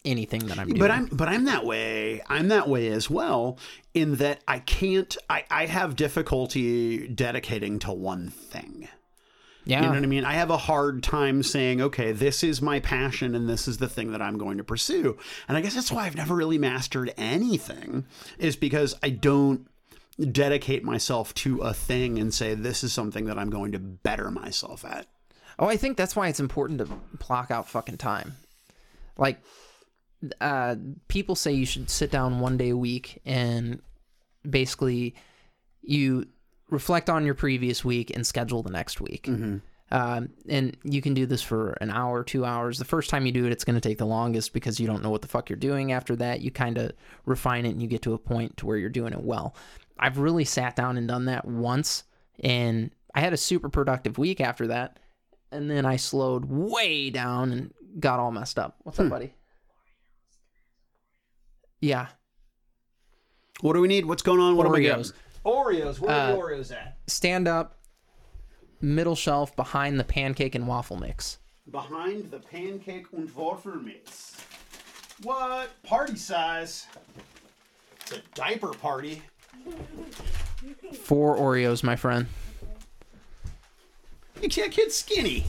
Speaker 2: anything that I'm doing.
Speaker 1: But I'm but I'm that way. I'm that way as well. In that I can't. I I have difficulty dedicating to one thing.
Speaker 2: yeah.
Speaker 1: You know what I mean? I have a hard time saying, okay, this is my passion and this is the thing that I'm going to pursue. And I guess that's why I've never really mastered anything, is because I don't dedicate myself to a thing and say, this is something that I'm going to better myself at.
Speaker 2: Oh, I think that's why it's important to block out fucking time. Like, uh, people say you should sit down one day a week and basically you reflect on your previous week and schedule the next week. Um, and you can do this for an hour, two hours. The first time you do it, it's going to take the longest because you don't know what the fuck you're doing. After that, you kind of refine it and you get to a point to where you're doing it well. I've really sat down and done that once, and I had a super productive week after that and then I slowed way down and got all messed up. What's
Speaker 1: Hmm.
Speaker 2: up, buddy? Yeah,
Speaker 1: What do we need? What's going on? What am I getting?
Speaker 2: Oreos.
Speaker 1: Oreos. Where are the Oreos at?
Speaker 2: Stand up, middle shelf behind the pancake and waffle mix.
Speaker 1: Behind the pancake and waffle mix. What? Party size. It's a diaper party.
Speaker 2: Four Oreos, my friend.
Speaker 1: Makes that kid skinny.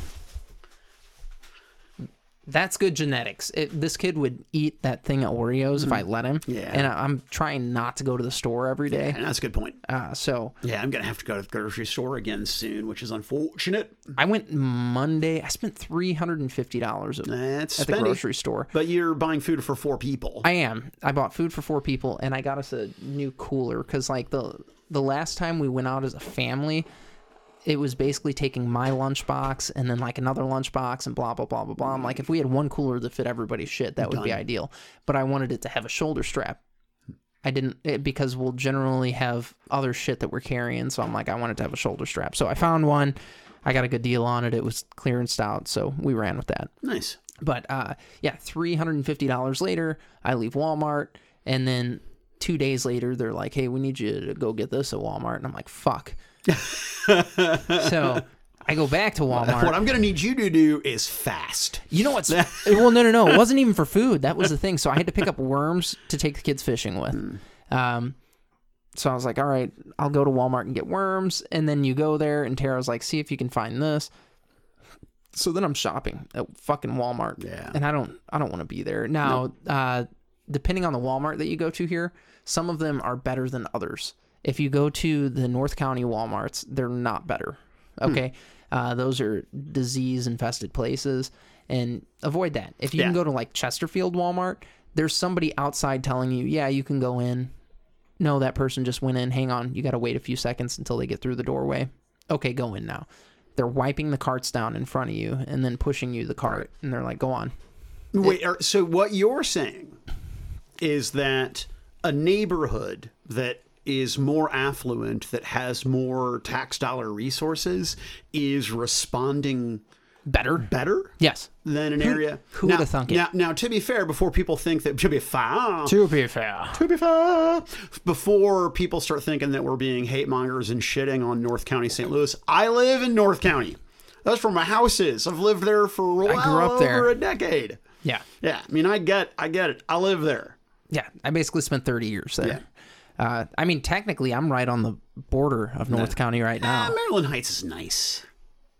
Speaker 2: That's good genetics. It, this kid would eat that thing at Oreos if I let him.
Speaker 1: Hmm. Yeah.
Speaker 2: And I, I'm trying not to go to the store every day.
Speaker 1: And that's a good point.
Speaker 2: Uh, so
Speaker 1: Yeah, I'm gonna have to go to the grocery store again soon, which is unfortunate.
Speaker 2: I went Monday. I spent three hundred and fifty dollars at
Speaker 1: That's
Speaker 2: the
Speaker 1: spendy.
Speaker 2: grocery store.
Speaker 1: But you're buying food for four people.
Speaker 2: I am. I bought food for four people, and I got us a new cooler because, like the the last time we went out as a family, it was basically taking my lunchbox and then like another lunchbox and blah blah blah blah blah. I'm like, if we had one cooler that fit everybody's shit, that would be ideal. But I wanted it to have a shoulder strap. I didn't it, because we'll generally have other shit that we're carrying. So I'm like, I wanted to have a shoulder strap. So I found one. I got a good deal on it. It was clearanced out, so we ran with that.
Speaker 1: nice.
Speaker 2: But uh, yeah, three hundred and fifty dollars later, I leave Walmart, and then two days later, they're like, "Hey, we need you to go get this at Walmart," and I'm like, "Fuck." so I go back to
Speaker 1: What
Speaker 2: Walmart.
Speaker 1: I'm gonna need you to do is fast.
Speaker 2: You know what's well, no, no, no. It wasn't even for food. That was the thing. So I had to pick up worms to take the kids fishing with. Um, so I was like, "All right, I'll go to Walmart and get worms." And then you go there, and Tara's like, "See if you can find this." So then I'm shopping at fucking Walmart.
Speaker 1: Yeah.
Speaker 2: and I don't I don't want to be there. Now, uh, depending on the Walmart that you go to here, some of them are better than others. If you go to the North County Walmarts, they're not better.
Speaker 1: Hmm.
Speaker 2: Okay, uh, those are disease infested places, and avoid that. If you
Speaker 1: Yeah.
Speaker 2: can go to like Chesterfield Walmart, there's somebody outside telling you, yeah, you can go in. No, that person just went in. Hang on, you got to wait a few seconds until they get through the doorway. Okay, go in now. They're wiping the carts down in front of you and then pushing you the cart, and they're like, "Go on."
Speaker 1: Wait, are, so what you're saying is that a neighborhood that is more affluent, that has more tax dollar resources, is responding
Speaker 2: Better.
Speaker 1: better
Speaker 2: Yes.
Speaker 1: than an area.
Speaker 2: who
Speaker 1: now,
Speaker 2: would've thunk it?
Speaker 1: Now, now, to be fair, before people think that to be fair,
Speaker 2: To be fair.
Speaker 1: to be fair, before people start thinking that we're being hate mongers and shitting on North County, St. Louis, I live in North County. That's where my house is. I've lived there for well
Speaker 2: grew up
Speaker 1: over
Speaker 2: there.
Speaker 1: a decade.
Speaker 2: Yeah.
Speaker 1: Yeah, I mean, I get, I get it. I live there.
Speaker 2: Yeah. I basically spent 30 years there. Uh, I mean, technically, I'm right on the border of North County right
Speaker 1: Ah,
Speaker 2: now.
Speaker 1: Maryland Heights is nice.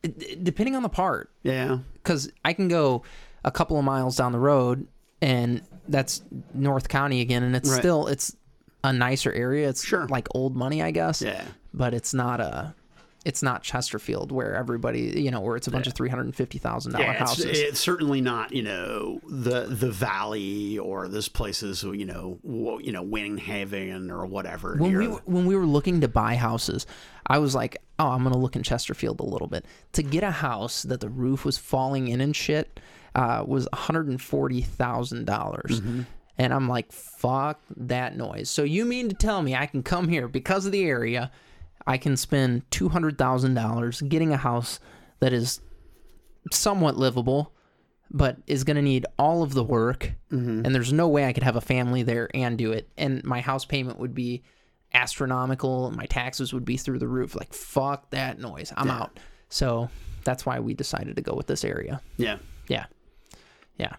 Speaker 2: D- depending on the part,
Speaker 1: Yeah,
Speaker 2: because I can go a couple of miles down the road, and that's North County again, and it's
Speaker 1: Right.
Speaker 2: still it's a nicer area. It's
Speaker 1: Sure.
Speaker 2: like old money, I guess.
Speaker 1: yeah.
Speaker 2: But it's not a it's not Chesterfield where everybody you know where it's a bunch of three hundred and fifty thousand dollar
Speaker 1: Yeah, it's,
Speaker 2: houses.
Speaker 1: it's certainly not you know the the valley or this places you know wo- you know winning haven or whatever.
Speaker 2: when
Speaker 1: near
Speaker 2: we
Speaker 1: the-
Speaker 2: were- when we were looking to buy houses, I was like, "Oh, I'm gonna look in Chesterfield a little bit." To get a house that the roof was falling in and shit uh, was one hundred and forty dollars, and I'm like, "Fuck that noise!" So you mean to tell me I can come here because of the area, I can spend two hundred thousand dollars getting a house that is somewhat livable, but is going to need all of the work. And there's no way I could have a family there and do it. And my house payment would be astronomical. And my taxes would be through the roof. Like, fuck that noise. I'm out. So that's why we decided to go with this area.
Speaker 1: yeah.
Speaker 2: Yeah. Yeah.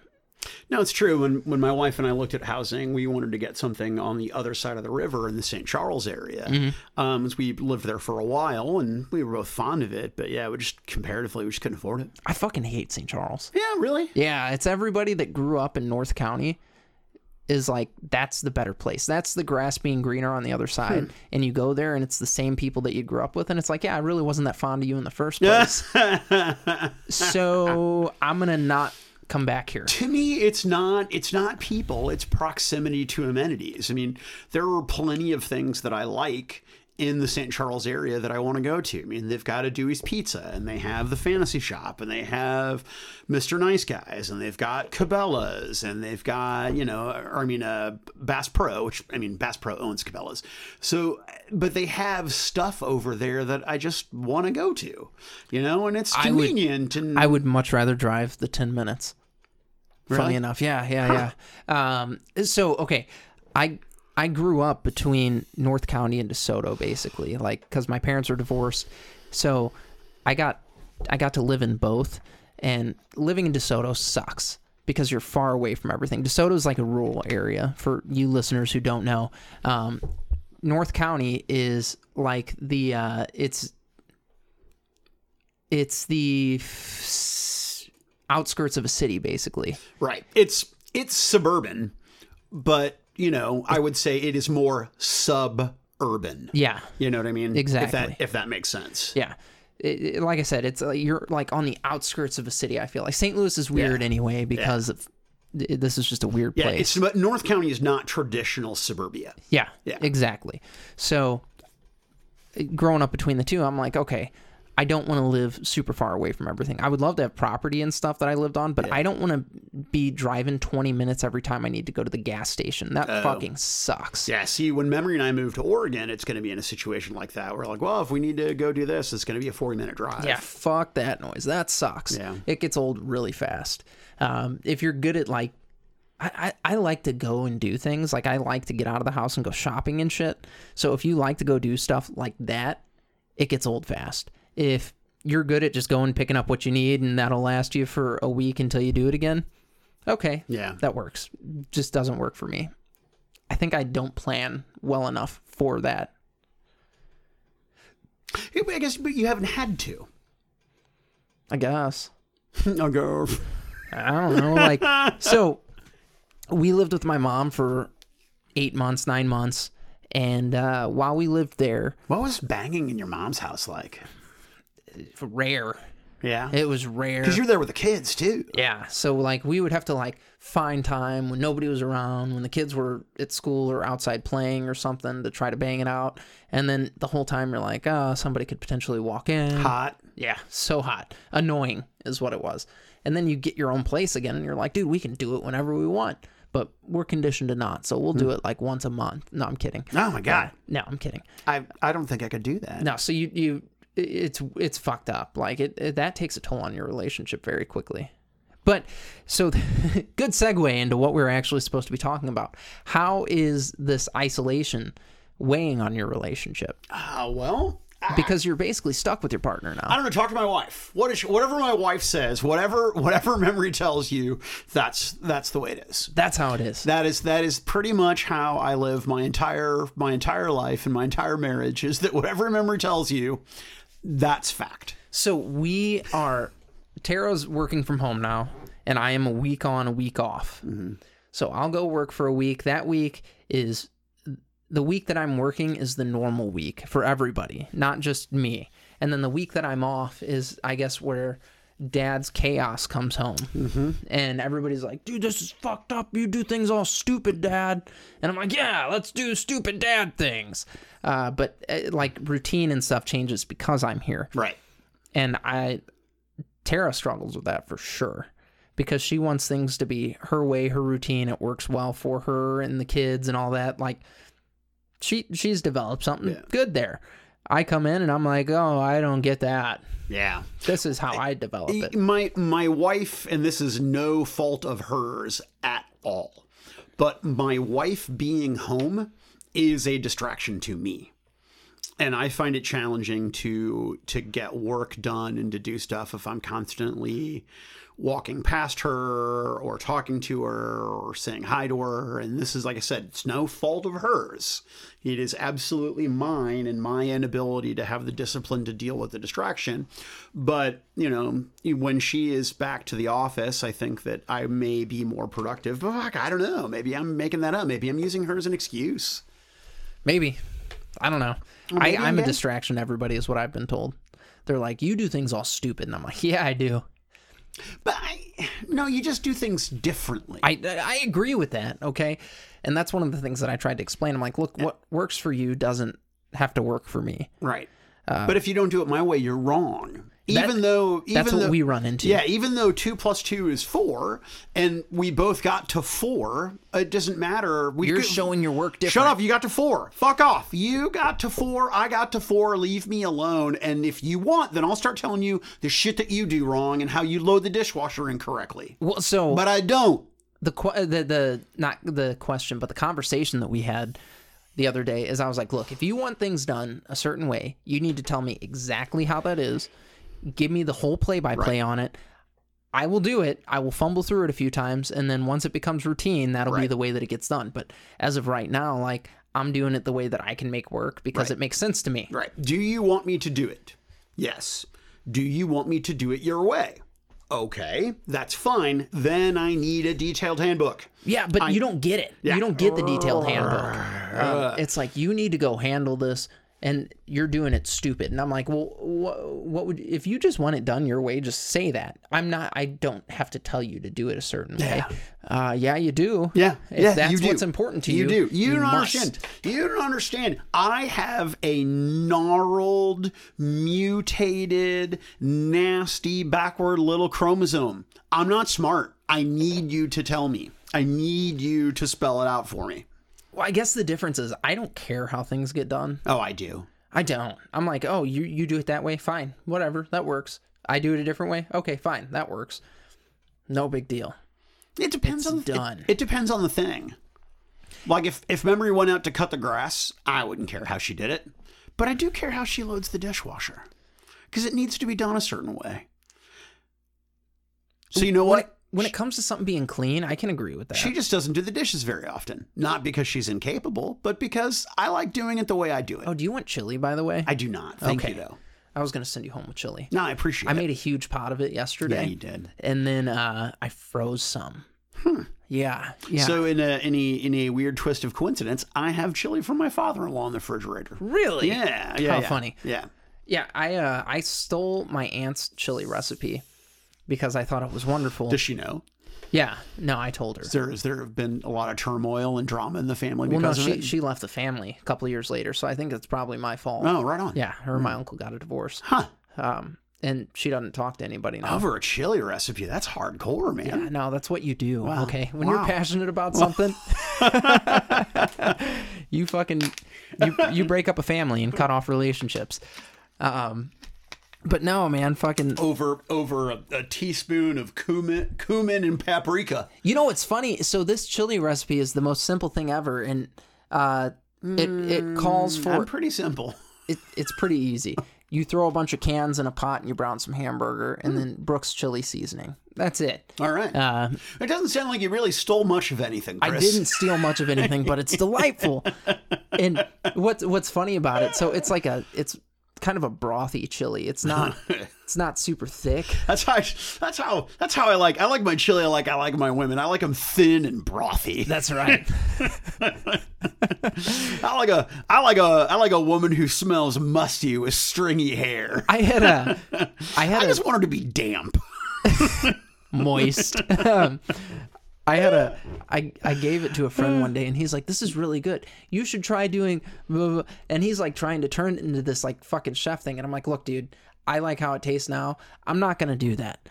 Speaker 1: No, it's true. When when my wife and I looked at housing, we wanted to get something on the other side of the river in the St. Charles area. Um, as we lived there for a while, and we were both fond of it. But yeah, we just comparatively, we just couldn't afford it.
Speaker 2: I fucking hate St. Charles.
Speaker 1: Yeah, really.
Speaker 2: Yeah. It's everybody that grew up in North County is like, that's the better place. That's the grass being greener on the other side. And you go there and it's the same people that you grew up with. And it's like, yeah, I really wasn't that fond of you in the first place. so I'm going to not come back here.
Speaker 1: to me it's not it's not people it's proximity to amenities i mean there are plenty of things that i like in the St. Charles area that I want to go to. I mean, they've got a Dewey's Pizza and they have the Fantasy Shop and they have Mr. Nice Guys and they've got Cabela's and they've got, you know, or I mean, uh, Bass Pro, which I mean, Bass Pro owns Cabela's. So, but they have stuff over there that I just want to go to, you know, and it's
Speaker 2: would-
Speaker 1: convenient. and
Speaker 2: I would much rather drive the 10 minutes. Funny
Speaker 1: Really?
Speaker 2: enough. Yeah, yeah, yeah. Um, so, okay. I I grew up between North County and DeSoto basically, like cuz my parents were divorced. So, I got I got to live in both and living in DeSoto sucks because you're far away from everything. DeSoto's like a rural area for you listeners who don't know. Um, North County is like the uh, it's it's the f- outskirts of a city basically
Speaker 1: Right. It's it's suburban, but you know, I would say it is more suburban.
Speaker 2: yeah
Speaker 1: You know what I mean? If
Speaker 2: Exactly.
Speaker 1: that if that makes sense.
Speaker 2: yeah It- it- like i said it's uh, you're like on the outskirts of a city i feel like st louis is weird anyway because of, th- this is just a weird
Speaker 1: Yeah,
Speaker 2: place
Speaker 1: it's but North County is not traditional suburbia.
Speaker 2: Yeah,
Speaker 1: Yeah.
Speaker 2: exactly. So, uh, growing up between the two, I'm like, okay, I don't want to live super far away from everything. I would love to have property and stuff that I lived on, but I don't want to be driving 20 minutes every time I need to go to the gas station. That fucking sucks.
Speaker 1: Yeah, see, when Memory and I moved to Oregon, it's going to be in a situation like that. We're like, well, if we need to go do this, it's going to be a 40 minute drive.
Speaker 2: Yeah, fuck that noise. That sucks.
Speaker 1: Yeah.
Speaker 2: It gets old really fast. Um, if you're good at like, I, I, I like to go and do things. Like, I like to get out of the house and go shopping and shit. So, if you like to go do stuff like that, it gets old fast. If you're good at just going picking up what you need and that'll last you for a week until you do it again, okay.
Speaker 1: Yeah.
Speaker 2: That works. Just doesn't work for me. I think I don't plan well enough for that.
Speaker 1: I guess, but you haven't had to.
Speaker 2: I guess.
Speaker 1: I'll go.
Speaker 2: I don't know. Like, so we lived with my mom for eight months, nine months. And uh, while we lived there,
Speaker 1: What was banging in your mom's house like?
Speaker 2: it's rare.
Speaker 1: Yeah.
Speaker 2: It was rare.
Speaker 1: Because you're there with the kids, too.
Speaker 2: Yeah. So like we would have to like find time when nobody was around, when the kids were at school or outside playing or something to try to bang it out. And then the whole time you're like, oh, somebody could potentially walk in.
Speaker 1: Hot.
Speaker 2: Yeah, so hot. Annoying is what it was. And then you get your own place again and you're like, dude, we can do it whenever we want. But we're conditioned to not. So we'll do it like once a month. No, I'm kidding.
Speaker 1: Oh, my God.
Speaker 2: No, I'm kidding.
Speaker 1: I, I don't think I could do that.
Speaker 2: No, so you you i- it's it's fucked up. Like it, it that takes a toll on your relationship very quickly. But so good segue into what we're actually supposed to be talking about. How is this isolation weighing on your relationship?
Speaker 1: Ah, well,
Speaker 2: Because you're basically stuck with your partner now.
Speaker 1: I don't know. Talk to my wife. What is whatever my wife says, whatever whatever memory tells you, that's that's the way it is.
Speaker 2: That's how it is.
Speaker 1: That is that is pretty much how I live my entire my entire life and my entire marriage is that whatever memory tells you, that's fact.
Speaker 2: So we are Taro's working from home now, and I am a week on, a week off. So I'll go work for a week. That week is the week that I'm working is the normal week for everybody, not just me. And then the week that I'm off is, I guess, where dad's chaos comes home. Mm-hmm. And everybody's like, dude, this is fucked up. You do things all stupid, dad. And I'm like, yeah, let's do stupid dad things. Uh, but uh, like routine and stuff changes because I'm here.
Speaker 1: Right.
Speaker 2: And I, Tara struggles with that for sure because she wants things to be her way, her routine. It works well for her and the kids and all that. Like she she's developed something
Speaker 1: Yeah.
Speaker 2: good there. I come in and I'm like, oh, I don't get that.
Speaker 1: Yeah.
Speaker 2: This is how I develop it.
Speaker 1: E, My my wife, and this is no fault of hers at all, but my wife being home is a distraction to me. And I find it challenging to to get work done and to do stuff if I'm constantly walking past her or talking to her or saying hi to her. And this is like I said, it's no fault of hers. It is absolutely mine and my inability to have the discipline to deal with the distraction. But, you know, when she is back to the office, I think that I may be more productive. But fuck, I don't know. Maybe I'm making that up. Maybe I'm using her as an excuse.
Speaker 2: Maybe. I don't know. I,
Speaker 1: maybe
Speaker 2: I'm
Speaker 1: again.
Speaker 2: a
Speaker 1: distraction
Speaker 2: distraction to everybody, is what I've been told. They're like, you do things all stupid. And I'm like, yeah, I do.
Speaker 1: But I, no, you just do things differently.
Speaker 2: I, I agree with that. Okay. And that's one of the things that I tried to explain. I'm like, look, what works for you doesn't have to work for me.
Speaker 1: Right. but if you don't do it my way, you're wrong. Even though, even
Speaker 2: uh, That's what
Speaker 1: though,
Speaker 2: we run into.
Speaker 1: Yeah, even though two plus two is four, and we both got to four, it doesn't matter. We
Speaker 2: You're
Speaker 1: could-
Speaker 2: showing your work different.
Speaker 1: Shut up! You got to four. Fuck off! You got to four. I got to four. Leave me alone. And if you want, then I'll start telling you the shit that you do wrong and how you load the dishwasher incorrectly.
Speaker 2: Well, so
Speaker 1: But I don't.
Speaker 2: the, que- uh, the the not the question, but the conversation that we had the other day is I was like, look, if you want things done a certain way, you need to tell me exactly how that is. Give me the whole play by play on it. I will do it. I will fumble through it a few times, and then once it becomes routine, that'll be the way that it gets done. But as of right now, like I'm doing it the way that I can make work because it makes sense to me.
Speaker 1: Right. Do you want me to do it? Yes. Do you want me to do it your way? Okay, that's fine. Then I need a detailed handbook.
Speaker 2: Yeah, but you don't get it. You don't get the detailed handbook. Um, it's like you need to go handle this, and you're doing it stupid. And I'm like, well, wha what would if you just want it done your way? Just say that. I'm not. I don't have to tell you to do it a certain way. Uh, yeah, you do.
Speaker 1: Yeah,
Speaker 2: if
Speaker 1: yeah,
Speaker 2: that's
Speaker 1: you do.
Speaker 2: what's important to you,
Speaker 1: You do. You, don't
Speaker 2: must.
Speaker 1: understand. You don't understand. I have a gnarled, mutated, nasty, backward little chromosome. I'm not smart. I need you to tell me. I need you to spell it out for me.
Speaker 2: Well, I guess the difference is I don't care how things get done.
Speaker 1: Oh, I do.
Speaker 2: I don't. I'm like, oh, you you do it that way, fine, whatever, that works. I do it a different way, okay, fine, that works. No big deal.
Speaker 1: It depends on the, it-
Speaker 2: done.
Speaker 1: It, depends on the thing. Like if if memory went out to cut the grass, I wouldn't care how she did it, but I do care how she loads the dishwasher because it needs to be done a certain way. So you know
Speaker 2: when
Speaker 1: what?
Speaker 2: it, when it comes to something being clean, I can agree with that.
Speaker 1: She just doesn't do the dishes very often, not because she's incapable, but because I like doing it the way I do it.
Speaker 2: oh, do you want chili, by the way?
Speaker 1: I do not. Thank you
Speaker 2: Okay.
Speaker 1: though.
Speaker 2: I was going to send you home with chili.
Speaker 1: No, I appreciate
Speaker 2: I
Speaker 1: it.
Speaker 2: made a huge pot of it yesterday.
Speaker 1: Yeah, you did.
Speaker 2: And then uh, I froze some. Yeah. Yeah.
Speaker 1: Hmm. So in a in a in a weird twist of coincidence, I have chili from my father-in-law in the refrigerator.
Speaker 2: really?
Speaker 1: Yeah, yeah.
Speaker 2: How
Speaker 1: yeah.
Speaker 2: funny.
Speaker 1: Yeah.
Speaker 2: Yeah. I, uh, I stole my aunt's chili recipe because I thought it was wonderful.
Speaker 1: Does she know?
Speaker 2: yeah. No, I told her.
Speaker 1: there has there have been a lot of turmoil and drama in the family
Speaker 2: Well, no,
Speaker 1: because of
Speaker 2: she,
Speaker 1: it?
Speaker 2: she left the family a couple of years later. So I think it's probably my fault.
Speaker 1: oh, right on.
Speaker 2: Yeah. Her and my uncle got a divorce.
Speaker 1: Huh.
Speaker 2: Um, and she doesn't talk to anybody now.
Speaker 1: Over a chili recipe. That's hardcore, man.
Speaker 2: Yeah, no, that's what you do. Okay, when you're
Speaker 1: Wow.
Speaker 2: passionate about something, you fucking you you break up a family and cut off relationships. Um, but no, man, fucking.
Speaker 1: Over over a, a teaspoon of cumin, cumin and paprika.
Speaker 2: You know what's funny? So this chili recipe is the most simple thing ever, and uh, it it calls for
Speaker 1: Mm, I'm pretty simple.
Speaker 2: it, it's pretty easy. You throw a bunch of cans in a pot and you brown some hamburger and
Speaker 1: Hmm.
Speaker 2: then Brooks chili seasoning. That's it.
Speaker 1: All right.
Speaker 2: Uh,
Speaker 1: it doesn't sound like you really stole much of anything, Chris.
Speaker 2: I didn't steal much of anything, but it's delightful. and what's what's funny about it? So it's like a it's kind of a brothy chili. It's not it's not super thick.
Speaker 1: That's how. I, that's how. That's how I like. I like my chili. I like. I like my women. I like them thin and brothy.
Speaker 2: That's right.
Speaker 1: I like a. I like a. I like a woman who smells musty with stringy hair.
Speaker 2: I had a I had
Speaker 1: I
Speaker 2: a
Speaker 1: just want her to be damp.
Speaker 2: moist. Um, I had a I I gave it to a friend one day and he's like this is really good. You should try doing blah, blah, blah." and he's like trying to turn it into this like fucking chef thing and I'm like, "Look, dude, I like how it tastes now. I'm not going to do that."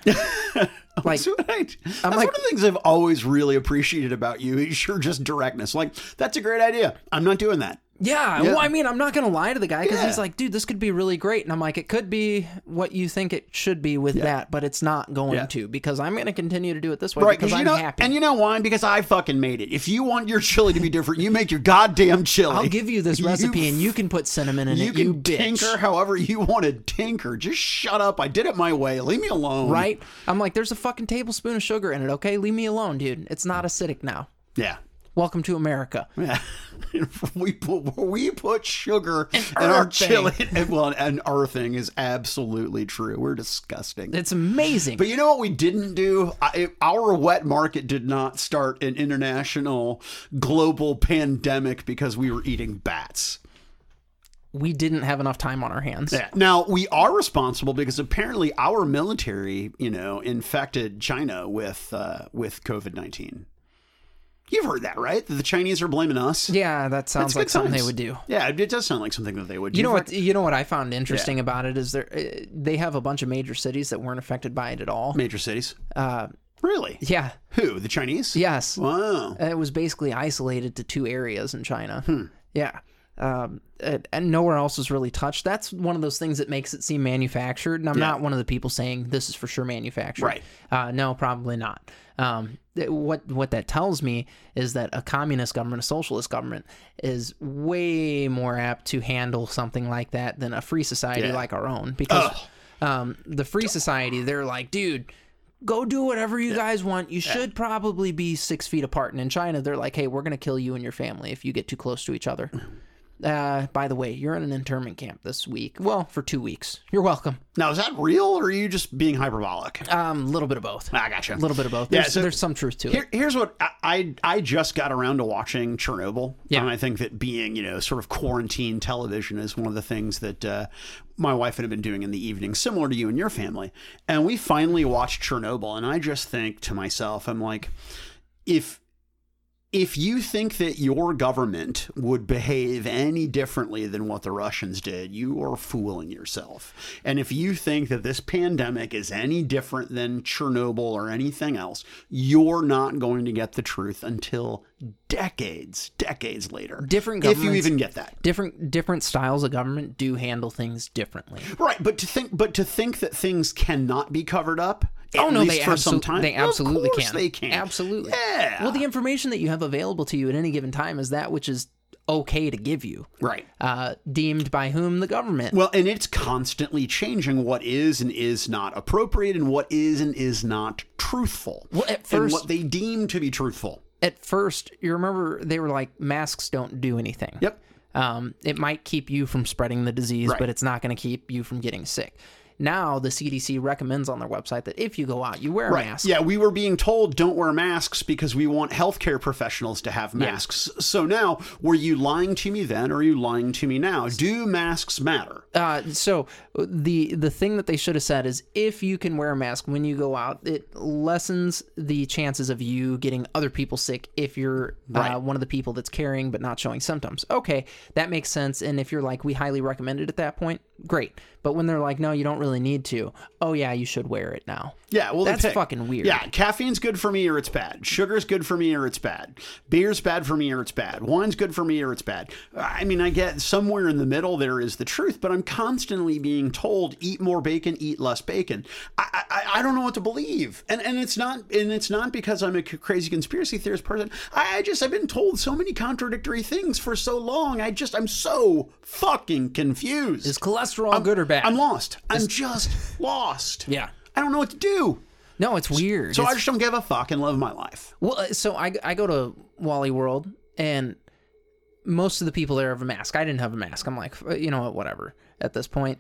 Speaker 2: like
Speaker 1: That's, what I, that's
Speaker 2: like-
Speaker 1: one of the things I've always really appreciated about you is your just directness. Like, that's a great idea. I'm not doing that.
Speaker 2: Yeah, well, I mean, I'm not gonna lie to the guy because
Speaker 1: Yeah.
Speaker 2: he's like, dude, this could be really great, and I'm like, it could be what you think it should be with that, but it's not going
Speaker 1: Yeah.
Speaker 2: to because I'm gonna continue to do it this way
Speaker 1: Right,
Speaker 2: because
Speaker 1: you
Speaker 2: I'm
Speaker 1: know,
Speaker 2: happy.
Speaker 1: and you know why? Because I fucking made it. If you want your chili to be different, you make your goddamn chili.
Speaker 2: I'll give you this recipe, and you can put cinnamon in
Speaker 1: You
Speaker 2: it.
Speaker 1: can
Speaker 2: you bitch,
Speaker 1: tinker however you want to tinker. Just shut up. I did it my way. Leave me alone.
Speaker 2: right? I'm like, there's a fucking tablespoon of sugar in it. Okay, leave me alone, dude. It's not acidic now.
Speaker 1: Yeah.
Speaker 2: Welcome to America.
Speaker 1: Yeah. we put we put sugar in our
Speaker 2: earth thing.
Speaker 1: chili. And, well, and our thing is absolutely true. We're disgusting.
Speaker 2: It's amazing.
Speaker 1: But you know what we didn't do? I, it- our wet market did not start an international global pandemic because we were eating bats.
Speaker 2: we didn't have enough time on our hands.
Speaker 1: Yeah. Now we are responsible because apparently our military, you know, infected China with uh, with COVID nineteen. You've heard that, right? That the Chinese are blaming us.
Speaker 2: Yeah, that sounds
Speaker 1: It's
Speaker 2: like
Speaker 1: good
Speaker 2: something they
Speaker 1: times.
Speaker 2: would do.
Speaker 1: Yeah, it it does sound like something that they would. do.
Speaker 2: You know what? You know what I found interesting about it is there uh, they have a bunch of major cities that weren't affected by it at all.
Speaker 1: Major cities. Uh, really?
Speaker 2: Yeah. Uh,
Speaker 1: Who? The Chinese?
Speaker 2: Yes.
Speaker 1: Wow.
Speaker 2: It was basically isolated to two areas in China. Yeah. Um, and and nowhere else was really touched. That's one of those things that makes it seem manufactured. And I'm not one of the people saying this is for sure manufactured.
Speaker 1: Right.
Speaker 2: Uh, no, probably not. Um, th- what what that tells me is that a communist government, a socialist government, is way more apt to handle something like that than a free society
Speaker 1: Yeah.
Speaker 2: like our own. Because um, the free society, they're like, dude, go do whatever you guys want. You should probably be six feet apart. And in China, they're like, hey, we're going to kill you and your family if you get too close to each other.
Speaker 1: Mm.
Speaker 2: Uh, by the way, you're in an internment camp this week. Well, for two weeks. You're welcome.
Speaker 1: Now is that real, or are you just being hyperbolic?
Speaker 2: Um, a little bit of both.
Speaker 1: I gotcha.
Speaker 2: A little bit of both.
Speaker 1: Yeah,
Speaker 2: There's,
Speaker 1: so-
Speaker 2: there's some truth to it.
Speaker 1: Here, here's what I, I I just got around to watching Chernobyl.
Speaker 2: Yeah.
Speaker 1: And I think that being, you know, sort of quarantine television is one of the things that uh, my wife and I have been doing in the evening, similar to you and your family. And we finally watched Chernobyl. And I just think to myself, I'm like, if if you think that your government would behave any differently than what the Russians did, you are fooling yourself. And if you think that this pandemic is any different than Chernobyl or anything else, you're not going to get the truth until decades, decades later.
Speaker 2: Different
Speaker 1: if you
Speaker 2: governments-
Speaker 1: even get that.
Speaker 2: Different different styles of government do handle things differently.
Speaker 1: Right, but to think, but to think that things cannot be covered up. At
Speaker 2: Oh no,
Speaker 1: least
Speaker 2: they,
Speaker 1: for some
Speaker 2: absol-
Speaker 1: time.
Speaker 2: they
Speaker 1: Of
Speaker 2: absolutely
Speaker 1: course
Speaker 2: can.
Speaker 1: They can.
Speaker 2: Absolutely.
Speaker 1: Yeah.
Speaker 2: Well, the information that you have available to you at any given time is that which is okay to give you.
Speaker 1: right.
Speaker 2: Uh, deemed by whom? The government.
Speaker 1: Well, and it's constantly changing what is and is not appropriate and what is and is not truthful.
Speaker 2: Well, at
Speaker 1: and
Speaker 2: first-
Speaker 1: what they deem to be truthful.
Speaker 2: at first, you remember they were like masks don't do anything.
Speaker 1: Yep.
Speaker 2: Um, it might keep you from spreading the disease,
Speaker 1: Right.
Speaker 2: but it's not going to keep you from getting sick. Now the CDC recommends on their website that if you go out, you wear a mask.
Speaker 1: Yeah, we were being told don't wear masks because we want healthcare professionals to have masks. So now, were you lying to me then or are you lying to me now? Do masks matter?
Speaker 2: Uh, so the the thing that they should have said is if you can wear a mask when you go out, it lessens the chances of you getting other people sick if you're uh, one of the people that's carrying but not showing symptoms. Okay, that makes sense. And if you're like, we highly recommend it at that point, great. But when they're like, no, you don't really need to. Oh yeah, you should wear it now.
Speaker 1: Yeah, well, they
Speaker 2: That's
Speaker 1: pick.
Speaker 2: fucking weird.
Speaker 1: Yeah, caffeine's good for me or it's bad. Sugar's good for me or it's bad. Beer's bad for me or it's bad. Wine's good for me or it's bad. I mean, I get somewhere in the middle there is the truth, but I'm constantly being told eat more bacon, eat less bacon. I I, I don't know what to believe, and and it's not and it's not because I'm a c- crazy conspiracy theorist person. I, I just I've been told so many contradictory things for so long. I just I'm so fucking confused.
Speaker 2: Is cholesterol good or bad?
Speaker 1: I'm lost. I'm just lost.
Speaker 2: Yeah.
Speaker 1: I don't know what to do.
Speaker 2: no, it's weird.
Speaker 1: So
Speaker 2: It's
Speaker 1: I just don't give a fuck and live my life.
Speaker 2: Well, uh, so I, I go to Wally World and most of the people there have a mask. I didn't have a mask. I'm like, "Uh, you know what, whatever. At this point,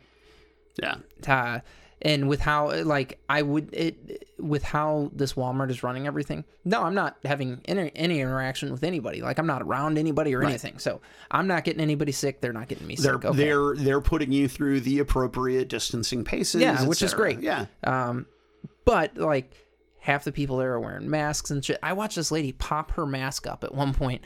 Speaker 1: Yeah.
Speaker 2: uh, and with how uh, like I would it with how this Walmart is running everything. No, I'm not having any, any interaction with anybody. Like I'm not around anybody or anything. So I'm not getting anybody sick. They're not getting me
Speaker 1: They're
Speaker 2: sick. Okay.
Speaker 1: they're they're putting you through the appropriate distancing paces.
Speaker 2: Yeah,
Speaker 1: et
Speaker 2: which is
Speaker 1: cetera.
Speaker 2: great.
Speaker 1: Yeah.
Speaker 2: but like half the people there are wearing masks and shit. I watched this lady pop her mask up at one point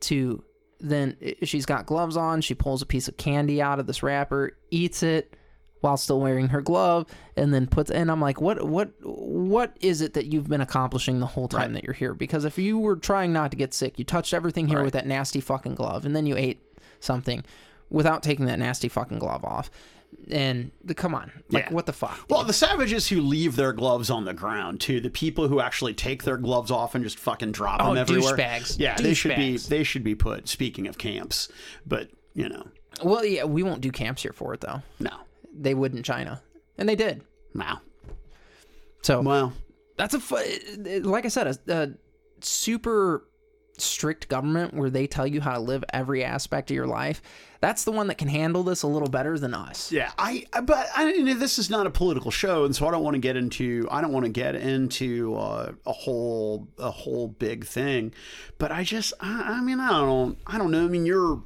Speaker 2: to then she's got gloves on. She pulls a piece of candy out of this wrapper, eats it while still wearing her glove, and then puts. And I'm like, what, what, what is it that you've been accomplishing the whole time that you're here? Because if you were trying not to get sick, you touched everything here with that nasty fucking glove, and then you ate something without taking that nasty fucking glove off. And the, come on, like
Speaker 1: Yeah.
Speaker 2: what the fuck?
Speaker 1: Well, the savages who leave their gloves on the ground too. The people who actually take their gloves off and just fucking drop
Speaker 2: Oh,
Speaker 1: them everywhere.
Speaker 2: douchebags.
Speaker 1: Yeah, they should be
Speaker 2: Douchebags.
Speaker 1: they should be put. Speaking of camps, but you know,
Speaker 2: Well, yeah, we won't do camps here for it though.
Speaker 1: no,
Speaker 2: They would in China, and they did.
Speaker 1: no.
Speaker 2: So
Speaker 1: Well,
Speaker 2: that's a fu- like I said, a, a super strict government where they tell you how to live every aspect of your life. That's the one that can handle this a little better than us.
Speaker 1: Yeah, I I- but I you know, this is not a political show, and so I don't want to get into I don't want to get into uh, a whole a whole big thing, but I just I, I mean I don't I don't know I mean you're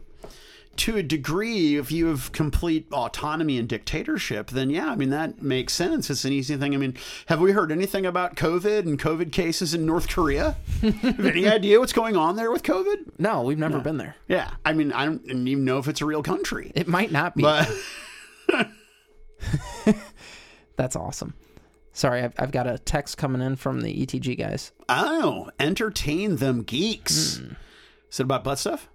Speaker 1: to a degree if you have complete autonomy and dictatorship then yeah I mean that makes sense it's an easy thing I mean have we heard anything about COVID and COVID cases in North Korea have any idea what's going on there with COVID
Speaker 2: No, we've never been there.
Speaker 1: yeah I mean I don't even know if it's a real country
Speaker 2: It might not be.
Speaker 1: but.
Speaker 2: that's awesome. Sorry, I've, I've got a text coming in from the ETG guys.
Speaker 1: Oh, entertain them geeks.
Speaker 2: Hmm.
Speaker 1: Is it about butt stuff?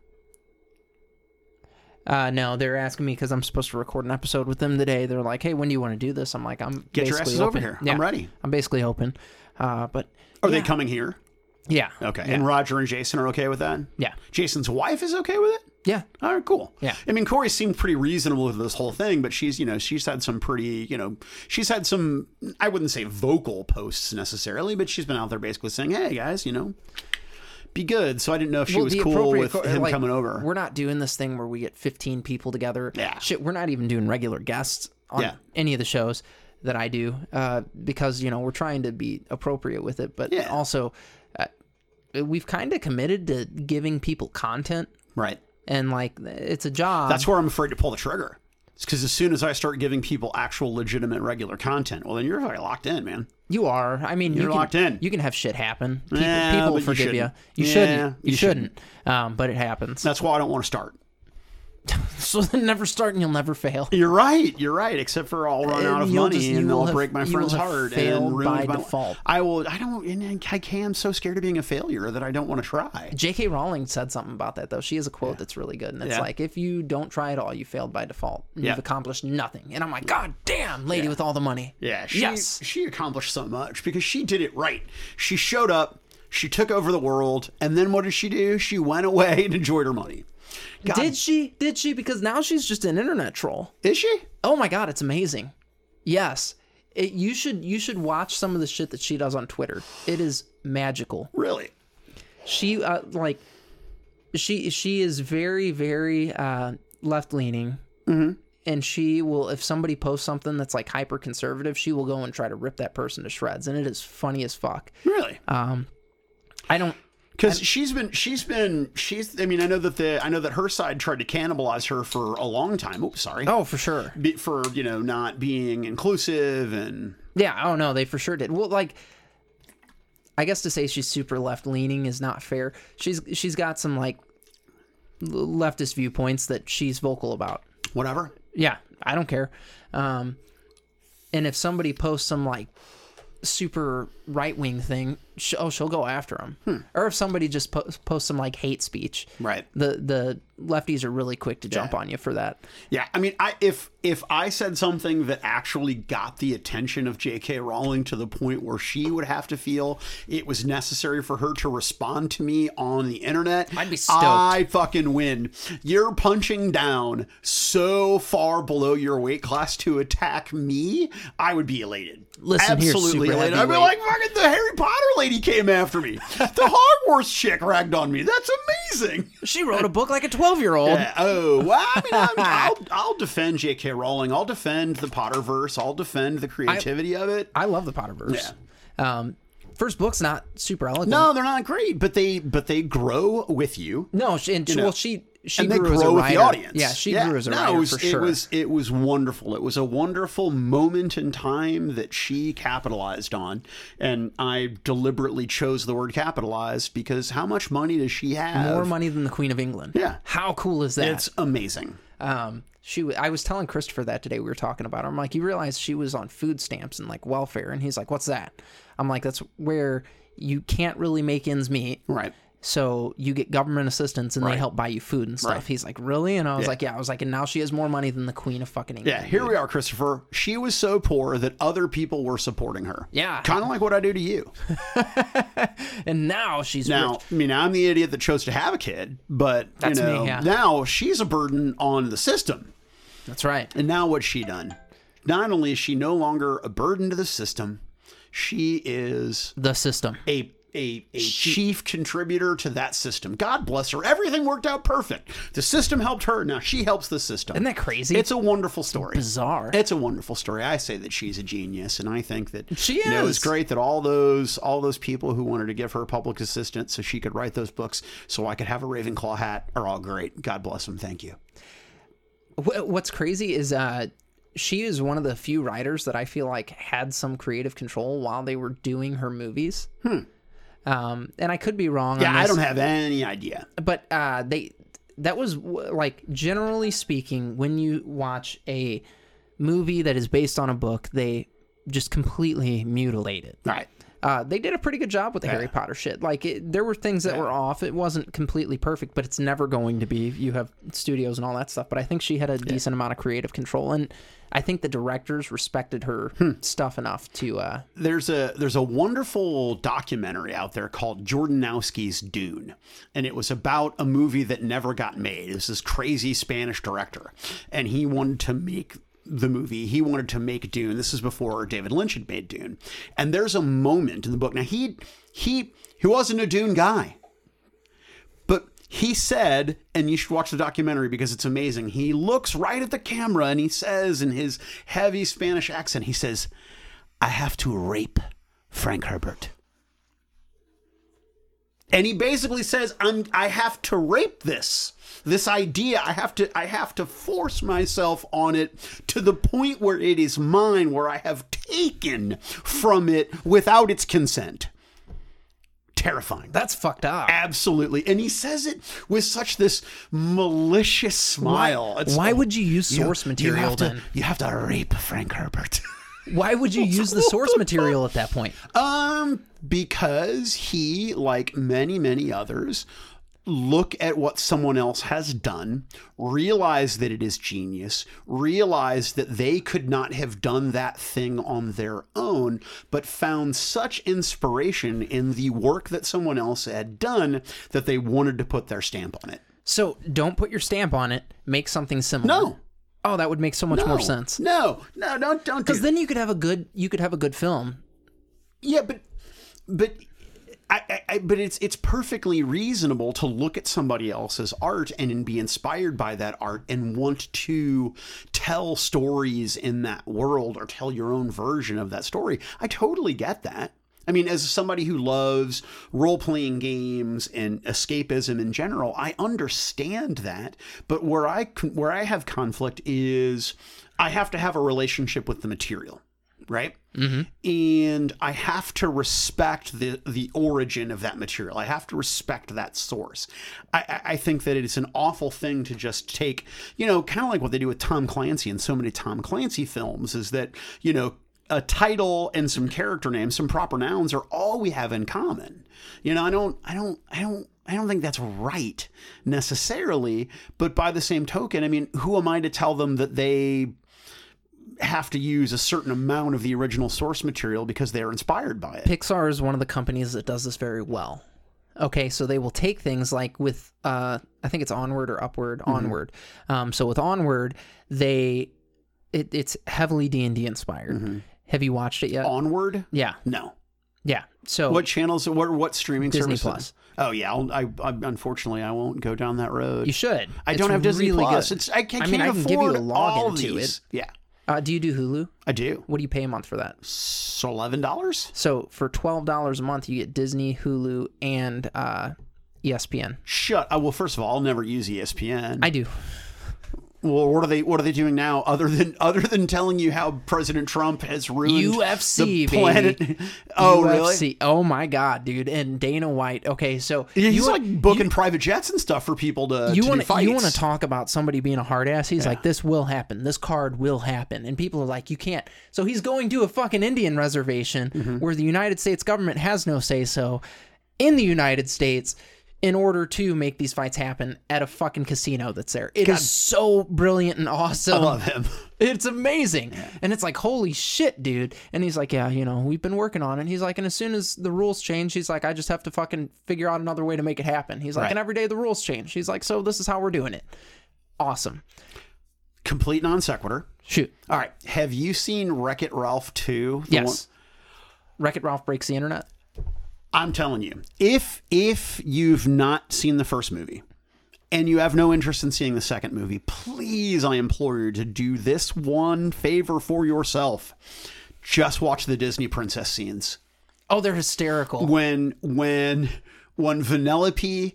Speaker 2: Uh, no, they're asking me because I'm supposed to record an episode with them today. They're like, "Hey, when do you want to do this?" I'm like, "I'm
Speaker 1: Get your
Speaker 2: basically
Speaker 1: asses over
Speaker 2: open.
Speaker 1: here.
Speaker 2: Yeah,
Speaker 1: I'm ready.
Speaker 2: I'm basically open." Uh, but
Speaker 1: Are they coming here?
Speaker 2: yeah,
Speaker 1: Okay. And Roger and Jason are okay with that?
Speaker 2: yeah,
Speaker 1: Jason's wife is okay with it?
Speaker 2: yeah.
Speaker 1: All right, cool.
Speaker 2: Yeah.
Speaker 1: I mean, Corey seemed pretty reasonable with this whole thing, but she's, you know, she's had some pretty, you know, she's had some, I wouldn't say vocal posts necessarily, but she's been out there basically saying, hey, guys, you know, be good. So I didn't know if she
Speaker 2: Well,
Speaker 1: was
Speaker 2: the
Speaker 1: cool
Speaker 2: appropriate
Speaker 1: with
Speaker 2: co-
Speaker 1: him
Speaker 2: like,
Speaker 1: coming over.
Speaker 2: We're not doing this thing where we get 15 people together.
Speaker 1: Yeah.
Speaker 2: Shit, we're not even doing regular guests on
Speaker 1: Yeah.
Speaker 2: any of the shows that I do uh, because, you know, we're trying to be appropriate with it. But
Speaker 1: Yeah.
Speaker 2: also, uh, we've kind of committed to giving people content
Speaker 1: Right.
Speaker 2: and, like, it's a job.
Speaker 1: That's where I'm afraid to pull the trigger. It's because as soon as I start giving people actual, legitimate, regular content, well, then you're already locked in, man.
Speaker 2: you are. I mean, you
Speaker 1: You're
Speaker 2: can,
Speaker 1: locked in.
Speaker 2: You can have shit happen. People,
Speaker 1: Yeah,
Speaker 2: people
Speaker 1: but you
Speaker 2: forgive you.
Speaker 1: shouldn't.
Speaker 2: You
Speaker 1: Yeah,
Speaker 2: shouldn't. You,
Speaker 1: you
Speaker 2: shouldn't. Um, but it happens.
Speaker 1: That's why I don't want to start.
Speaker 2: So then never start and you'll never fail.
Speaker 1: You're right. You're right. Except for I'll run
Speaker 2: And
Speaker 1: out of
Speaker 2: you'll
Speaker 1: money
Speaker 2: just- you
Speaker 1: and
Speaker 2: will
Speaker 1: I'll
Speaker 2: have-
Speaker 1: break my
Speaker 2: you
Speaker 1: friend's
Speaker 2: will have
Speaker 1: heart
Speaker 2: failed
Speaker 1: and ruin
Speaker 2: by
Speaker 1: my
Speaker 2: default.
Speaker 1: I will. I don't. And and I can. I'm so scared of being a failure that I don't want to try.
Speaker 2: J.K. Rowling said something about that though. She has a quote that's really good, and it's
Speaker 1: Yeah.
Speaker 2: like, if you don't try at all, you failed by default. And
Speaker 1: Yeah.
Speaker 2: You've accomplished nothing. And I'm like, God damn, lady with all the money.
Speaker 1: Yeah. She,
Speaker 2: yes.
Speaker 1: She accomplished so much because she did it right. She showed up. She took over the world. And then what did she do? She went away and enjoyed her money. God,
Speaker 2: Did she? Did she? Because now she's just an internet troll.
Speaker 1: is she?
Speaker 2: Oh my God, it's amazing. Yes, it, you should you should watch some of the shit that she does on Twitter. It is magical.
Speaker 1: Really?
Speaker 2: she uh, like she she is very very uh, left leaning Mm-hmm. and she will if somebody posts something that's like hyper conservative she will go and try to rip that person to shreds and it is funny as fuck
Speaker 1: Really?
Speaker 2: i don't
Speaker 1: because she's been she's been she's i mean i know that the i know that her side tried to cannibalize her for a long time oops sorry
Speaker 2: oh for sure
Speaker 1: Be, for you know not being inclusive and
Speaker 2: yeah oh no they for sure did well like i guess to say she's super left leaning is not fair she's she's got some like l- leftist viewpoints that she's vocal about
Speaker 1: whatever
Speaker 2: Yeah, I don't care. Um, and if somebody posts some like super right wing thing, sh- oh, she'll go after them. Or if somebody just po- posts some like hate speech,
Speaker 1: Hmm. Right.
Speaker 2: The the lefties are really quick to jump on you for that.
Speaker 1: yeah i mean i if if i said something that actually got the attention of jk rowling to the point where she would have to feel it was necessary for her to respond to me on the internet
Speaker 2: I'd be stoked.
Speaker 1: i fucking win you're punching down so far below your weight class to attack me i would be elated
Speaker 2: Listen here,
Speaker 1: absolutely
Speaker 2: super
Speaker 1: elated i'd be
Speaker 2: heavyweight.
Speaker 1: like fucking the harry potter lady came after me. The Hogwarts chick ragged on me. That's amazing.
Speaker 2: She wrote a book like a 12 year old.
Speaker 1: Yeah, oh, well, I mean, I'm, I'll, I'll defend J.K. Rowling. I'll defend the Potterverse. I'll defend the creativity of it.
Speaker 2: I love the Potterverse. Um, first book's not super elegant.
Speaker 1: No, they're not great, but they but they grow with you.
Speaker 2: No, she, and she, well, she she
Speaker 1: and they
Speaker 2: grew as a
Speaker 1: grow with the
Speaker 2: writer.
Speaker 1: audience.
Speaker 2: Yeah, she grew as a
Speaker 1: no,
Speaker 2: writer
Speaker 1: it was,
Speaker 2: for
Speaker 1: It
Speaker 2: sure.
Speaker 1: was it was wonderful. It was a wonderful moment in time that she capitalized on, and I deliberately chose the word capitalized because how much money does she have?
Speaker 2: more money than the Queen of England.
Speaker 1: uh, Yeah.
Speaker 2: how cool is that?
Speaker 1: It's amazing.
Speaker 2: um, she, w- I was telling Christopher that today. We were talking about. Her. I'm like, you realize she was on food stamps and like welfare, and he's like, what's that? I'm like, that's where you can't really make ends meet.
Speaker 1: Right.
Speaker 2: So you get government assistance and they help buy you food and stuff. He's like, really? And I was like, yeah. I was like, and now she has more money than the Queen of fucking England.
Speaker 1: Yeah, here we are, Christopher. She was so poor that other people were supporting her.
Speaker 2: Yeah.
Speaker 1: Kind of like what I do to you.
Speaker 2: And now she's
Speaker 1: Now, I mean, I'm the idiot that chose to have a kid, but
Speaker 2: That's
Speaker 1: you
Speaker 2: me,
Speaker 1: know,
Speaker 2: yeah.
Speaker 1: now she's a burden on the system.
Speaker 2: That's right.
Speaker 1: And now what's she done? Not only is she no longer a burden to the system, she is
Speaker 2: The system.
Speaker 1: a a, a chief contributor to that system. God bless her. Everything worked out perfect. The system helped her. Now she helps the system.
Speaker 2: Isn't that crazy?
Speaker 1: It's a wonderful story.
Speaker 2: bizarre.
Speaker 1: It's a wonderful story. I say that she's a genius, and I think that
Speaker 2: She
Speaker 1: you know, it's
Speaker 2: is.
Speaker 1: great that all those all those people who wanted to give her public assistance so she could write those books, so I could have a Ravenclaw hat, are all great. God bless them. Thank you.
Speaker 2: Wh- What's crazy is uh, she is one of the few writers that I feel like had some creative control while they were doing her movies. Hmm. Um, and I could be wrong.
Speaker 1: Yeah,
Speaker 2: on
Speaker 1: I
Speaker 2: this,
Speaker 1: don't have any idea.
Speaker 2: But uh, they that was w- like generally speaking, when you watch a movie that is based on a book, they just completely mutilate it.
Speaker 1: All right.
Speaker 2: Uh, they did a pretty good job with the Harry Potter shit. Like, it, there were things that were off. It wasn't completely perfect, but it's never going to be. You have studios and all that stuff. But I think she had a decent amount of creative control, and I think the directors respected her stuff enough to. Uh,
Speaker 1: there's a there's a wonderful documentary out there called Jordanowski's Dune, and it was about a movie that never got made. It was this crazy Spanish director, and he wanted to make the movie. He wanted to make Dune. This is before David Lynch had made Dune, and there's a moment in the book. Now he he he wasn't a Dune guy. But he said, and you should watch the documentary because it's amazing. He looks right at the camera and he says, in his heavy Spanish accent, he says, I have to rape Frank Herbert. And he basically says, I'm I have to rape this. This idea, I have to I have to force myself on it to the point where it is mine, where I have taken from it without its consent. Terrifying.
Speaker 2: That's fucked up.
Speaker 1: Absolutely. And he says it with such this malicious smile. It's-
Speaker 2: Why would you use source material
Speaker 1: you have to-
Speaker 2: then?
Speaker 1: you have to rape Frank Herbert.
Speaker 2: Why would you use the source material at that point?
Speaker 1: um, because he, like many, many others, look at what someone else has done, realize that it is genius, realize that they could not have done that thing on their own, but found such inspiration in the work that someone else had done that they wanted to put their stamp on it.
Speaker 2: So don't put your stamp on it. Make something similar.
Speaker 1: No.
Speaker 2: Oh, that would make so much more
Speaker 1: No.
Speaker 2: sense.
Speaker 1: No, no, don't don't. do
Speaker 2: Because then you could have a good you could have a good film.
Speaker 1: Yeah, but but I, I, I but it's it's perfectly reasonable to look at somebody else's art and, and be inspired by that art and want to tell stories in that world or tell your own version of that story. I totally get that. I mean, as somebody who loves role playing games and escapism in general, I understand that. But where I con- where I have conflict is I have to have a relationship with the material, right? and I have to respect the the origin of that material. I have to respect that source. I, I, I think that it is an awful thing to just take, you know, kind of like what they do with Tom Clancy and so many Tom Clancy films is that you know a title and some character names, some proper nouns are all we have in common. You know, I don't, I don't, I don't. I don't think that's right necessarily, but by the same token, I mean, who am I to tell them that they have to use a certain amount of the original source material because they're inspired by it.
Speaker 2: Pixar is one of the companies that does this very well. Okay, so they will take things like with uh I think it's Onward or Upward,
Speaker 1: Mm-hmm.
Speaker 2: Onward. Um so with Onward, they
Speaker 1: Mm-hmm.
Speaker 2: it, it's heavily D&D inspired. Have you watched it yet?
Speaker 1: Onward?
Speaker 2: yeah.
Speaker 1: No.
Speaker 2: Yeah. So
Speaker 1: Oh. What channels? What what streaming
Speaker 2: Disney
Speaker 1: services? Oh yeah, I'll, I, I unfortunately I won't go down that road.
Speaker 2: you should.
Speaker 1: I
Speaker 2: It's
Speaker 1: don't have Disney
Speaker 2: really
Speaker 1: Plus.
Speaker 2: good.
Speaker 1: It's I, can't
Speaker 2: I mean, I can
Speaker 1: afford
Speaker 2: give you a
Speaker 1: all
Speaker 2: login to
Speaker 1: these. Yeah,
Speaker 2: Uh, do you do Hulu?
Speaker 1: I do.
Speaker 2: What do you pay a month for that?
Speaker 1: So eleven dollars.
Speaker 2: So for twelve dollars a month, you get Disney, Hulu, and uh, ESPN.
Speaker 1: Shut. Uh, well, first of all, I'll never use E ESPN.
Speaker 2: I do.
Speaker 1: well, what are they? What are they doing now? Other than other than telling you how President Trump has ruined
Speaker 2: UFC,
Speaker 1: the planet?
Speaker 2: baby.
Speaker 1: oh, really?
Speaker 2: UFC. Oh my god, dude! And Dana White. Okay, so
Speaker 1: Yeah, he's
Speaker 2: you
Speaker 1: like booking private jets and stuff for people to
Speaker 2: you
Speaker 1: to
Speaker 2: want
Speaker 1: do fights.
Speaker 2: you want to talk about somebody being a hard ass? He's like, this will happen. This card will happen, and people are like, you can't. So he's going to a fucking Indian reservation
Speaker 1: Mm-hmm.
Speaker 2: where the United States government has no say so in the United States in order to make these fights happen at a fucking casino that's there. It is so brilliant and awesome.
Speaker 1: I love him.
Speaker 2: It's amazing. And it's like, holy shit, dude. And he's like, yeah, you know, we've been working on it. And he's like, and as soon as the rules change, he's like, I just have to fucking figure out another way to make it happen. He's like,
Speaker 1: Right.
Speaker 2: and every day the rules change. He's like, so this is how we're doing it. Awesome.
Speaker 1: Complete non sequitur.
Speaker 2: Shoot.
Speaker 1: All right. Have you seen Wreck It Ralph 2? The one-
Speaker 2: Yes. Wreck It Ralph breaks the internet.
Speaker 1: I'm telling you, if if you've not seen the first movie and you have no interest in seeing the second movie, please I implore you to do this one favor for yourself. Just watch the Disney princess scenes.
Speaker 2: Oh, they're hysterical.
Speaker 1: When when when Vanellope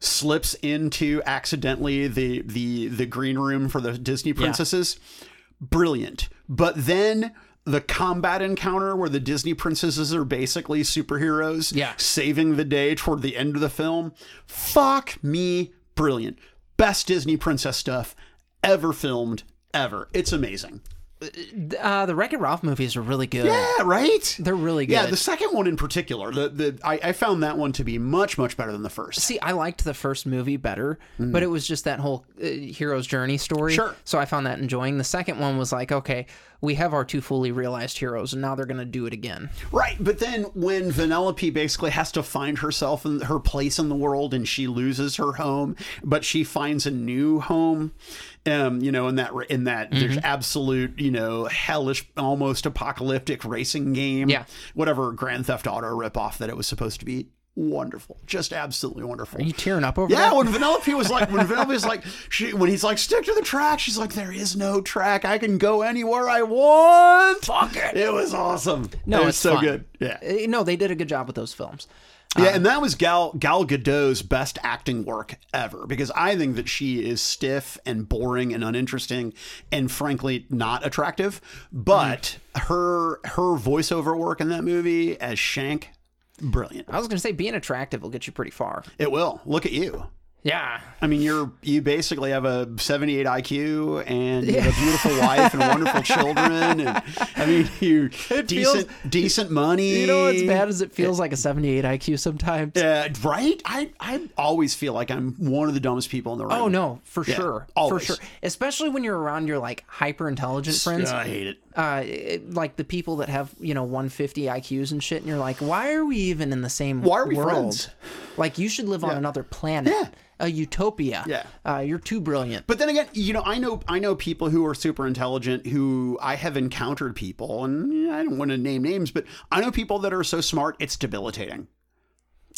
Speaker 1: slips into accidentally the the the green room for the Disney princesses, brilliant. But then the combat encounter where the Disney princesses are basically superheroes,
Speaker 2: Yeah.
Speaker 1: saving the day toward the end of the film. Fuck me, brilliant. Best Disney princess stuff ever filmed ever. It's amazing.
Speaker 2: Uh, the Wreck It Ralph movies are really good.
Speaker 1: Yeah, right?
Speaker 2: They're really good.
Speaker 1: yeah, the second one in particular, the, the I, I found that one to be much much better than the first.
Speaker 2: See, I liked the first movie better, but it was just that whole uh, hero's journey story.
Speaker 1: Mm-hmm. Sure.
Speaker 2: So I found that enjoying. The second one was like, okay, we have our two fully realized heroes, and now they're going to do it again.
Speaker 1: Right, but then when Vanellope basically has to find herself and her place in the world, and she loses her home, but she finds a new home. Um, you know, in that in that there's absolute you know hellish, almost apocalyptic racing game.
Speaker 2: Yeah.
Speaker 1: whatever Grand Theft Auto ripoff that it was supposed to be. Wonderful, just absolutely wonderful.
Speaker 2: Are you tearing up over
Speaker 1: Yeah,
Speaker 2: that?
Speaker 1: when Vanellope was like, when Vanellope was like, she, when he's like, stick to the track, she's like, there is no track. I can go anywhere I want. Fuck it. It was awesome.
Speaker 2: No,
Speaker 1: it was
Speaker 2: it's
Speaker 1: so
Speaker 2: fun.
Speaker 1: good. Yeah.
Speaker 2: Uh, No, they did a good job with those films.
Speaker 1: Yeah, and that was Gal Gal Gadot's best acting work ever because I think that she is stiff and boring and uninteresting and frankly not attractive. But her her voiceover work in that movie as Shank, brilliant.
Speaker 2: I was going to say being attractive will get you pretty far.
Speaker 1: It will. Look at you.
Speaker 2: Yeah.
Speaker 1: I mean, you're you basically have a 78 IQ and you have a beautiful wife and wonderful children. And I mean, you decent
Speaker 2: feels-
Speaker 1: decent money.
Speaker 2: You know what's bad is it feels like a 78 IQ sometimes.
Speaker 1: Uh, right? I, I always feel like I'm one of the dumbest people in the room.
Speaker 2: Oh no, for sure,
Speaker 1: always.
Speaker 2: for sure. Especially when you're around your like hyper intelligent friends.
Speaker 1: Yeah, I hate it.
Speaker 2: uh, it- like the people that have you know 150 IQs and shit, and you're like, why are we even in the same
Speaker 1: Why are we
Speaker 2: world?
Speaker 1: friends?
Speaker 2: Like you should live on another planet,
Speaker 1: Yeah.
Speaker 2: a utopia.
Speaker 1: Yeah.
Speaker 2: uh, you're too brilliant.
Speaker 1: But then again, you know, I know I know people who are super intelligent who I have encountered people, and yeah, I don't want to name names, but I know people that are so smart it's debilitating.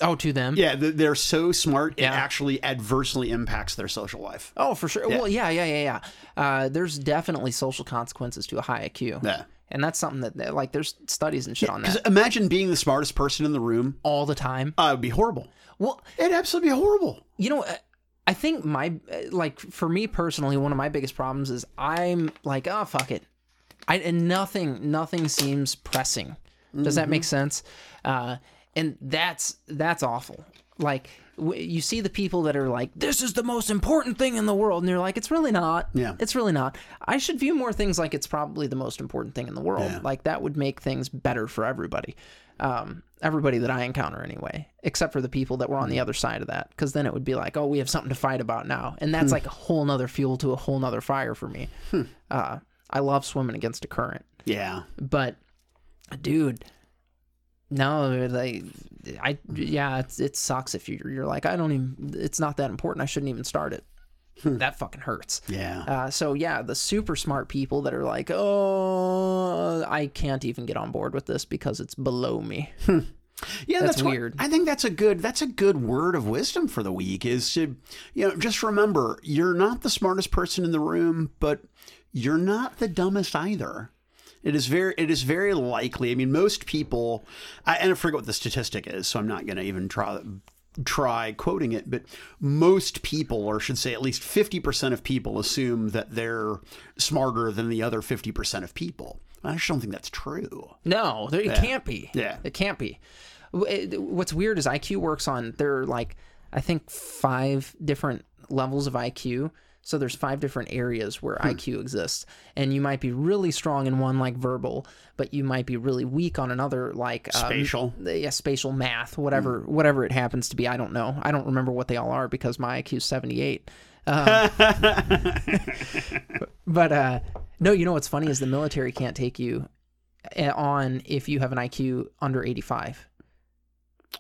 Speaker 2: Oh, to them.
Speaker 1: Yeah, th- they're so smart
Speaker 2: Yeah.
Speaker 1: it actually adversely impacts their social life.
Speaker 2: Oh, for sure. Well, yeah, yeah, yeah, yeah. Uh, there's definitely social consequences to a high IQ.
Speaker 1: Yeah.
Speaker 2: And that's something that- that like there's studies and shit on that
Speaker 1: Imagine being the smartest person in the room.
Speaker 2: all the time.
Speaker 1: Uh, it'd be horrible.
Speaker 2: Well,
Speaker 1: It'd absolutely be horrible.
Speaker 2: you know uh, i think my uh, like for me personally one of my biggest problems is i'm like oh fuck it I, and nothing nothing seems pressing does that make sense uh, and that's that's awful like w- you see the people that are like this is the most important thing in the world and they're like it's really not
Speaker 1: Yeah.
Speaker 2: it's really not i should view more things like it's probably the most important thing in the world like that would make things better for everybody um, everybody that I encounter anyway, except for the people that were on the other side of that. Because then it would be like, oh, we have something to fight about now. And that's like a whole nother fuel to a whole nother fire for me. Uh, I love swimming against a current.
Speaker 1: Yeah.
Speaker 2: But, dude, no, like, I, yeah, it's, it sucks if you're, you're like, I don't even, it's not that important. I shouldn't even start it. that fucking hurts.
Speaker 1: Yeah.
Speaker 2: Uh, so yeah, the super smart people that are like, oh, I can't even get on board with this because it's below me.
Speaker 1: Yeah,
Speaker 2: That's
Speaker 1: that's, what-
Speaker 2: weird.
Speaker 1: I think that's a good that's a good word of wisdom for the week is to you know just remember you're not the smartest person in the room, but you're not the dumbest either. It is very it is very likely. I mean, most people, I, and I forget what the statistic is, so I'm not going to even try try quoting it, but most people, or should say at least 50% of people, assume that they're smarter than the other 50% of people. I just don't think that's true.
Speaker 2: No, there, it can't be.
Speaker 1: Yeah.
Speaker 2: it can't be. W- it- What's weird is IQ works on there are like I think five different levels of IQ. So there's five different areas
Speaker 1: Hmm.
Speaker 2: where IQ exists, and you might be really strong in one like verbal, but you might be really weak on another like uh,
Speaker 1: Spatial.
Speaker 2: the- yeah, spatial math, whatever whatever it happens to be. I don't know. I don't remember what they all are because my IQ is 78. Um, but uh, no, you know what's funny is the military can't take you uh, on if you have an IQ under 85.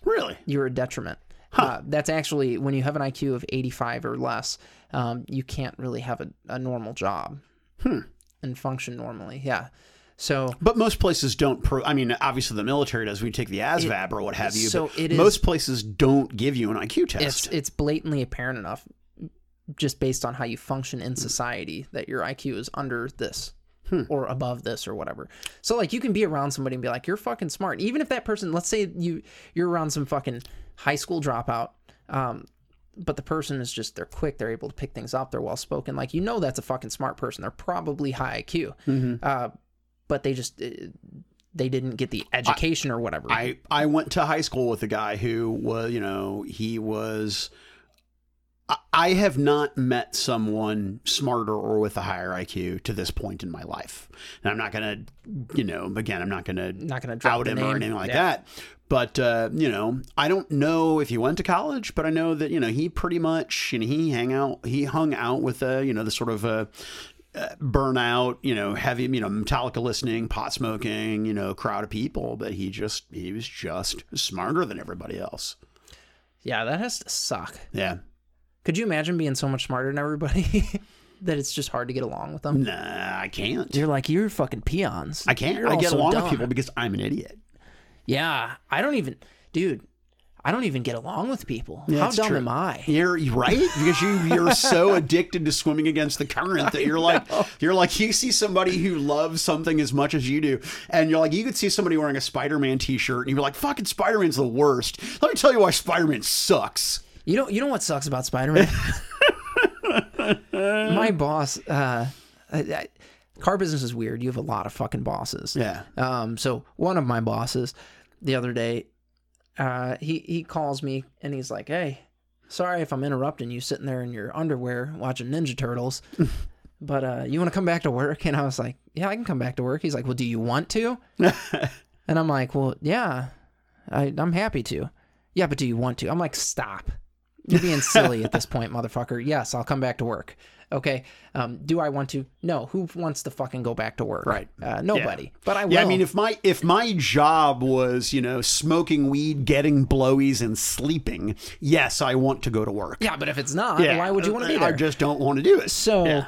Speaker 1: Really?
Speaker 2: You're a detriment. Uh, that's actually when you have an IQ of 85 or less, um, you can't really have a, a normal job and function normally. Yeah. So
Speaker 1: But most places don't. Pro- I mean, obviously the military does. We take the ASVAB or what have you.
Speaker 2: so
Speaker 1: but
Speaker 2: it is-
Speaker 1: most places don't give you an IQ test.
Speaker 2: it's it's blatantly apparent enough just based on how you function in society that your IQ is under this
Speaker 1: Hmm.
Speaker 2: or above this or whatever. So like you can be around somebody and be like you're fucking smart even if that person let's say you you're around some fucking high school dropout um but the person is just they're quick they're able to pick things up they're well spoken like you know that's a fucking smart person they're probably high IQ.
Speaker 1: Mm-hmm.
Speaker 2: Uh but they just uh, they didn't get the education or whatever.
Speaker 1: I I went to high school with a guy who was, you know, he was. I- I have not met someone smarter or with a higher IQ to this point in my life, and I'm not gonna, you know, again, I'm not gonna
Speaker 2: Not gonna drop
Speaker 1: out
Speaker 2: the
Speaker 1: him
Speaker 2: name.
Speaker 1: or anything like
Speaker 2: Yeah.
Speaker 1: that. But uh, you know, I don't know if he went to college, but I know that you know he pretty much and he hang out, he hung out with a you know the sort of a burnout, you know, heavy, you know, Metallica listening, pot smoking, you know, crowd of people, but he just he was just smarter than everybody else.
Speaker 2: yeah, that has to suck.
Speaker 1: Yeah.
Speaker 2: Could you imagine being so much smarter than everybody that it's just hard to get along with them?
Speaker 1: Nah, I can't.
Speaker 2: You're like you're fucking peons.
Speaker 1: I can't.
Speaker 2: You're
Speaker 1: I
Speaker 2: all
Speaker 1: get
Speaker 2: so
Speaker 1: along
Speaker 2: dumb."
Speaker 1: with people because I'm an idiot.
Speaker 2: Yeah, I don't even, dude. I don't even get along with people. How
Speaker 1: it's
Speaker 2: dumb
Speaker 1: true.
Speaker 2: am I?
Speaker 1: You're you're right because you you're so addicted to swimming against the current that you're like you're like you see somebody who loves something as much as you do, and you're like you could see somebody wearing a Spider-Man T-shirt and you're like fucking Spider-Man's the worst. Let me tell you why Spider-Man sucks.
Speaker 2: You know, you know what sucks about Spider Man? My boss, uh, I, I, car business is weird. You have a lot of fucking bosses.
Speaker 1: Yeah.
Speaker 2: Um, so one of my bosses, the other day, uh, he he calls me and he's like, "Hey, sorry if I'm interrupting you sitting there in your underwear watching Ninja Turtles, but uh, you want to come back to work?" And I was like, "Yeah, I can come back to work." He's like, "Well, do you want to?" and I'm like, "Well, yeah, I, I'm happy to." Yeah, but do you want to? I'm like, stop. You're being silly at this point, motherfucker. Yes, I'll come back to work. Okay. Um, do I want to? No. Who wants to fucking go back to work?
Speaker 1: Right.
Speaker 2: Uh, nobody. But I will.
Speaker 1: Yeah, I mean, if my if my job was you know smoking weed, getting blowies, and sleeping, yes, I want to go to work.
Speaker 2: Yeah, but if it's not, why would you want to be
Speaker 1: I
Speaker 2: there?
Speaker 1: just don't want to do it.
Speaker 2: so
Speaker 1: Yeah.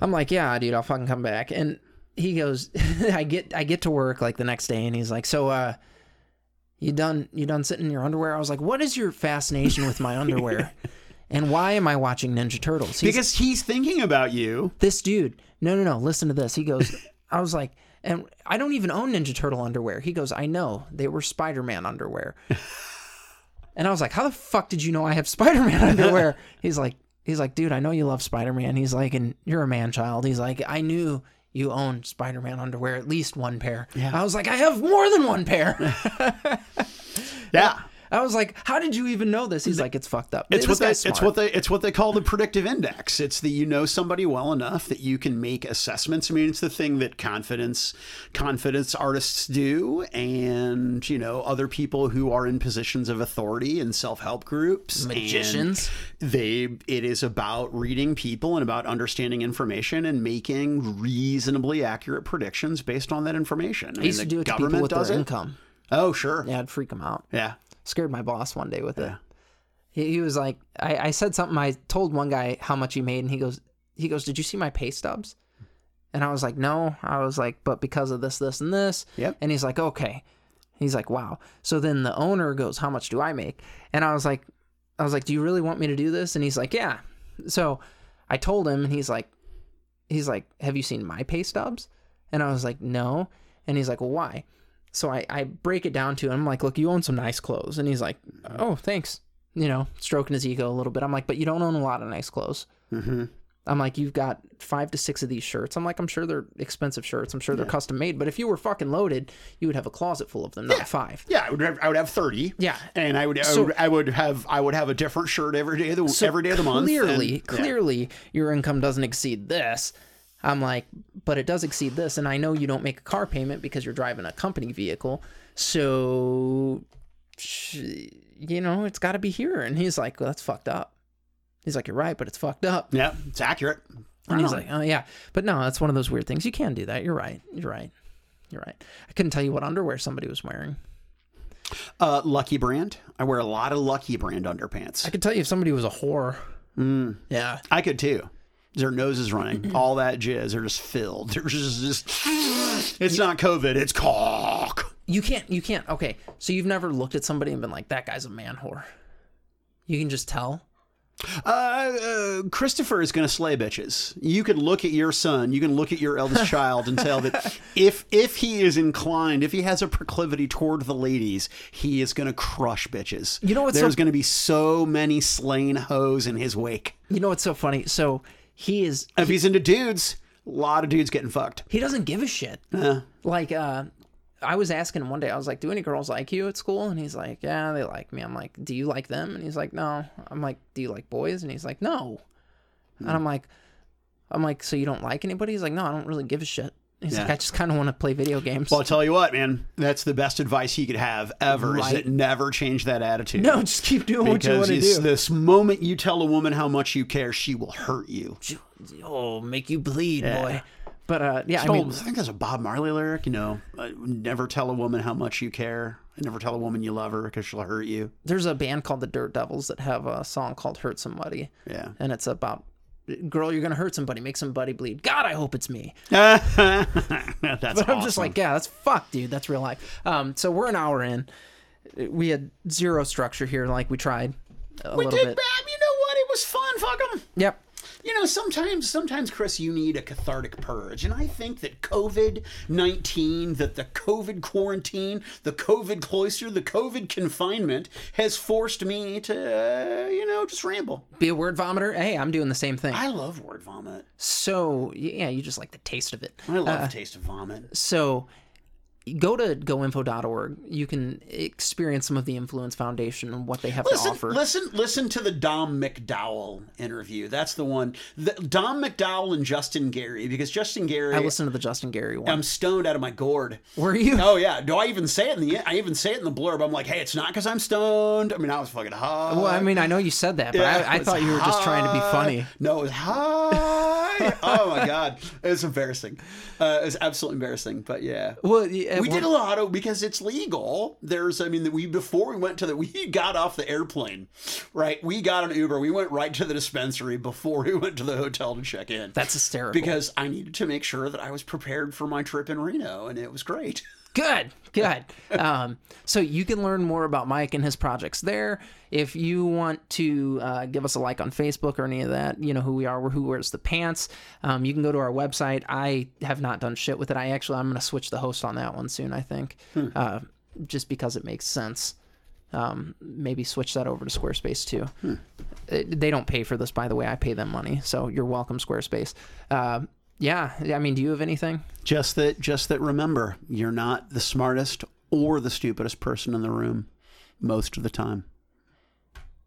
Speaker 2: I'm like, yeah, dude, I'll fucking come back. And he goes, I get, I get to work like the next day, and he's like, so, uh, you done, you done sitting in your underwear? I was like, what is your fascination with my underwear, and why am I watching Ninja Turtles? He's
Speaker 1: because he's thinking about you.
Speaker 2: this dude, no, no, no, listen to this. He goes, I was like, and I don't even own Ninja Turtle underwear. He goes, I know they were Spider Man underwear. and I was like, how the fuck did you know I have Spider Man underwear? he's like, he's like, dude, I know you love Spider Man. He's like, and you're a man child. He's like, I knew you owned Spider Man underwear, at least one pair. I was like, I have more than one pair.
Speaker 1: Yeah,
Speaker 2: I was like, how did you even know this? He's like, it's fucked up.
Speaker 1: it's
Speaker 2: This
Speaker 1: what they,
Speaker 2: guy's
Speaker 1: it's
Speaker 2: smart.
Speaker 1: what they it's what they call the predictive index. It's that you know somebody well enough that you can make assessments. I mean, it's the thing that confidence confidence artists do, and you know other people who are in positions of authority in self help groups, and-
Speaker 2: Magicians.
Speaker 1: they it is about reading people and about understanding information and making reasonably accurate predictions based on that information. I
Speaker 2: I used to do it to people with their income.
Speaker 1: Oh, sure. Yeah.
Speaker 2: Yeah, I'd freak them out.
Speaker 1: Yeah.
Speaker 2: scared my boss one day with it. He, he was like, I, I said something. I told one guy how much he made, and he goes, he goes, did you see my pay stubs? And I was like, no. I was like, but because of this, this, and this.
Speaker 1: Yep.
Speaker 2: And he's like, okay. He's like, wow. So then the owner goes, how much do I make? And I was like, I was like, do you really want me to do this? And he's like, yeah. So I told him, and he's like, he's like, have you seen my pay stubs? And I was like, no. And he's like, well, why? So I, I break it down to him. I'm like, look, you own some nice clothes. And he's like, oh, thanks. You know, stroking his ego a little bit. I'm like, but you don't own a lot of nice clothes. I'm like, you've got five to six of these shirts. I'm like, I'm sure they're expensive shirts. I'm sure they're custom made. But if you were fucking loaded, you would have a closet full of them, not five.
Speaker 1: Yeah, I would have, I would have thirty.
Speaker 2: Yeah.
Speaker 1: and I would, I,
Speaker 2: So-
Speaker 1: would I would have I would have a different shirt every day of the
Speaker 2: So
Speaker 1: every day of the month. and-
Speaker 2: Clearly,
Speaker 1: yeah.
Speaker 2: clearly, your income doesn't exceed this. I'm like, but it does exceed this, and I know you don't make a car payment because you're driving a company vehicle. So, sh- you know, it's got to be here. And he's like, well, that's fucked up. He's like, you're right, but it's fucked up.
Speaker 1: yeah, it's accurate.
Speaker 2: And he's
Speaker 1: Wow.
Speaker 2: like, oh yeah, but no, that's one of those weird things. You can do that. You're right. You're right. You're right. I couldn't tell you what underwear somebody was wearing.
Speaker 1: Uh, Lucky Brand. I wear a lot of Lucky Brand underpants.
Speaker 2: I could tell you if somebody was a whore.
Speaker 1: Mm.
Speaker 2: Yeah.
Speaker 1: I could too. Their nose is
Speaker 2: Mm-hmm.
Speaker 1: running. All that jizz are just filled. They're just, just it's not COVID. It's cock.
Speaker 2: You can't. You can't. Okay. So you've never looked at somebody and been like, that guy's a man whore. You can just tell.
Speaker 1: Uh, uh, Christopher is going to slay bitches. You can look at your son. You can look at your eldest child and tell that if if he is inclined, if he has a proclivity toward the ladies, he is going to crush bitches.
Speaker 2: You know what's so-
Speaker 1: There's going to be so many slain hoes in his wake.
Speaker 2: You know what's so funny? So he is.
Speaker 1: If he's into dudes, a lot of dudes getting fucked.
Speaker 2: He doesn't give a shit. Like, uh, I was asking him one day. I was like, "Do any girls like you at school?" And he's like, "Yeah, they like me." I'm like, "Do you like them?" And he's like, "No." I'm like, "Do you like boys?" And he's like, "No." And I'm like, "I'm like, so you don't like anybody?" He's like, "No, I don't really give a shit." He's like,
Speaker 1: Yeah.
Speaker 2: "I just kind of want to play video games."
Speaker 1: Well, I'll tell you what, man. That's the best advice he could have ever. Is
Speaker 2: Right.
Speaker 1: that never change that attitude.
Speaker 2: no, just keep doing what you
Speaker 1: because
Speaker 2: want to
Speaker 1: it's
Speaker 2: do.
Speaker 1: this moment you tell a woman how much you care, she will hurt you.
Speaker 2: oh, make you bleed, boy. But uh, yeah, I
Speaker 1: I,
Speaker 2: mean,
Speaker 1: I think there's a Bob Marley lyric, you know, uh, never tell a woman how much you care. and Never tell a woman you love her because she'll hurt you.
Speaker 2: there's a band called the Dirt Devils that have a song called "Hurt Somebody,"
Speaker 1: Yeah.
Speaker 2: and it's about girl, you're gonna hurt somebody, make somebody bleed. God, I hope it's me.
Speaker 1: That's awesome.
Speaker 2: I'm just like, yeah, that's fuck, dude. That's real life. Um, so we're an hour in. We had zero structure here, like we tried a
Speaker 1: we
Speaker 2: little
Speaker 1: did,
Speaker 2: bit.
Speaker 1: Bab. You know what? It was fun. Fuck 'em.
Speaker 2: Yep.
Speaker 1: You know, sometimes, sometimes, Chris, you need a cathartic purge, and I think that COVID nineteen, that the COVID quarantine, the COVID cloister, the COVID confinement, has forced me to, uh, you know, just ramble.
Speaker 2: Be a word vomiter. Hey, I'm doing the same thing.
Speaker 1: I love word vomit.
Speaker 2: So yeah, you just like the taste of it.
Speaker 1: I love the taste of vomit.
Speaker 2: So go to goinfo.org. You can experience some of the Influence Foundation and what they have to
Speaker 1: Listen,
Speaker 2: offer.
Speaker 1: listen, listen to the Dom McDowell interview. That's the one. The, Dom McDowell and Justin Gary, because Justin Gary,
Speaker 2: I listened to the Justin Gary one.
Speaker 1: I'm stoned out of my gourd.
Speaker 2: Were you?
Speaker 1: Oh yeah. Do I even say it in the? I even say it in the blurb. I'm like, hey, it's not because I'm stoned. I mean, I was fucking high.
Speaker 2: Well, I mean, I know you said that, but
Speaker 1: Yeah,
Speaker 2: I,
Speaker 1: it
Speaker 2: I
Speaker 1: was
Speaker 2: thought you were just trying to be
Speaker 1: high.
Speaker 2: funny.
Speaker 1: No, it was high. oh my god, it was embarrassing. Uh, it was absolutely embarrassing. But yeah.
Speaker 2: Well, yeah,
Speaker 1: we
Speaker 2: well,
Speaker 1: did a lot of because it's legal. There's, I mean, that we before we went to the, we got off the airplane, right? We got an Uber. We went right to the dispensary before we went to the hotel to check in.
Speaker 2: That's hysterical.
Speaker 1: because I needed to make sure that I was prepared for my trip in Reno, and it was great.
Speaker 2: Good, good. Um, so you can learn more about Mike and his projects there. If you want to uh, give us a like on Facebook or any of that, you know who we are. We're who wears the pants. Um, you can go to our website. I have not done shit with it. I actually I'm going to switch the host on that one soon. I think, uh, just because it makes sense. Um, maybe switch that over to Squarespace too. It- they don't pay for this, by the way. I pay them money, so you're welcome, Squarespace. Uh, yeah, I mean, do you have anything?
Speaker 1: Just that, just that. Remember, you're not the smartest or the stupidest person in the room most of the time.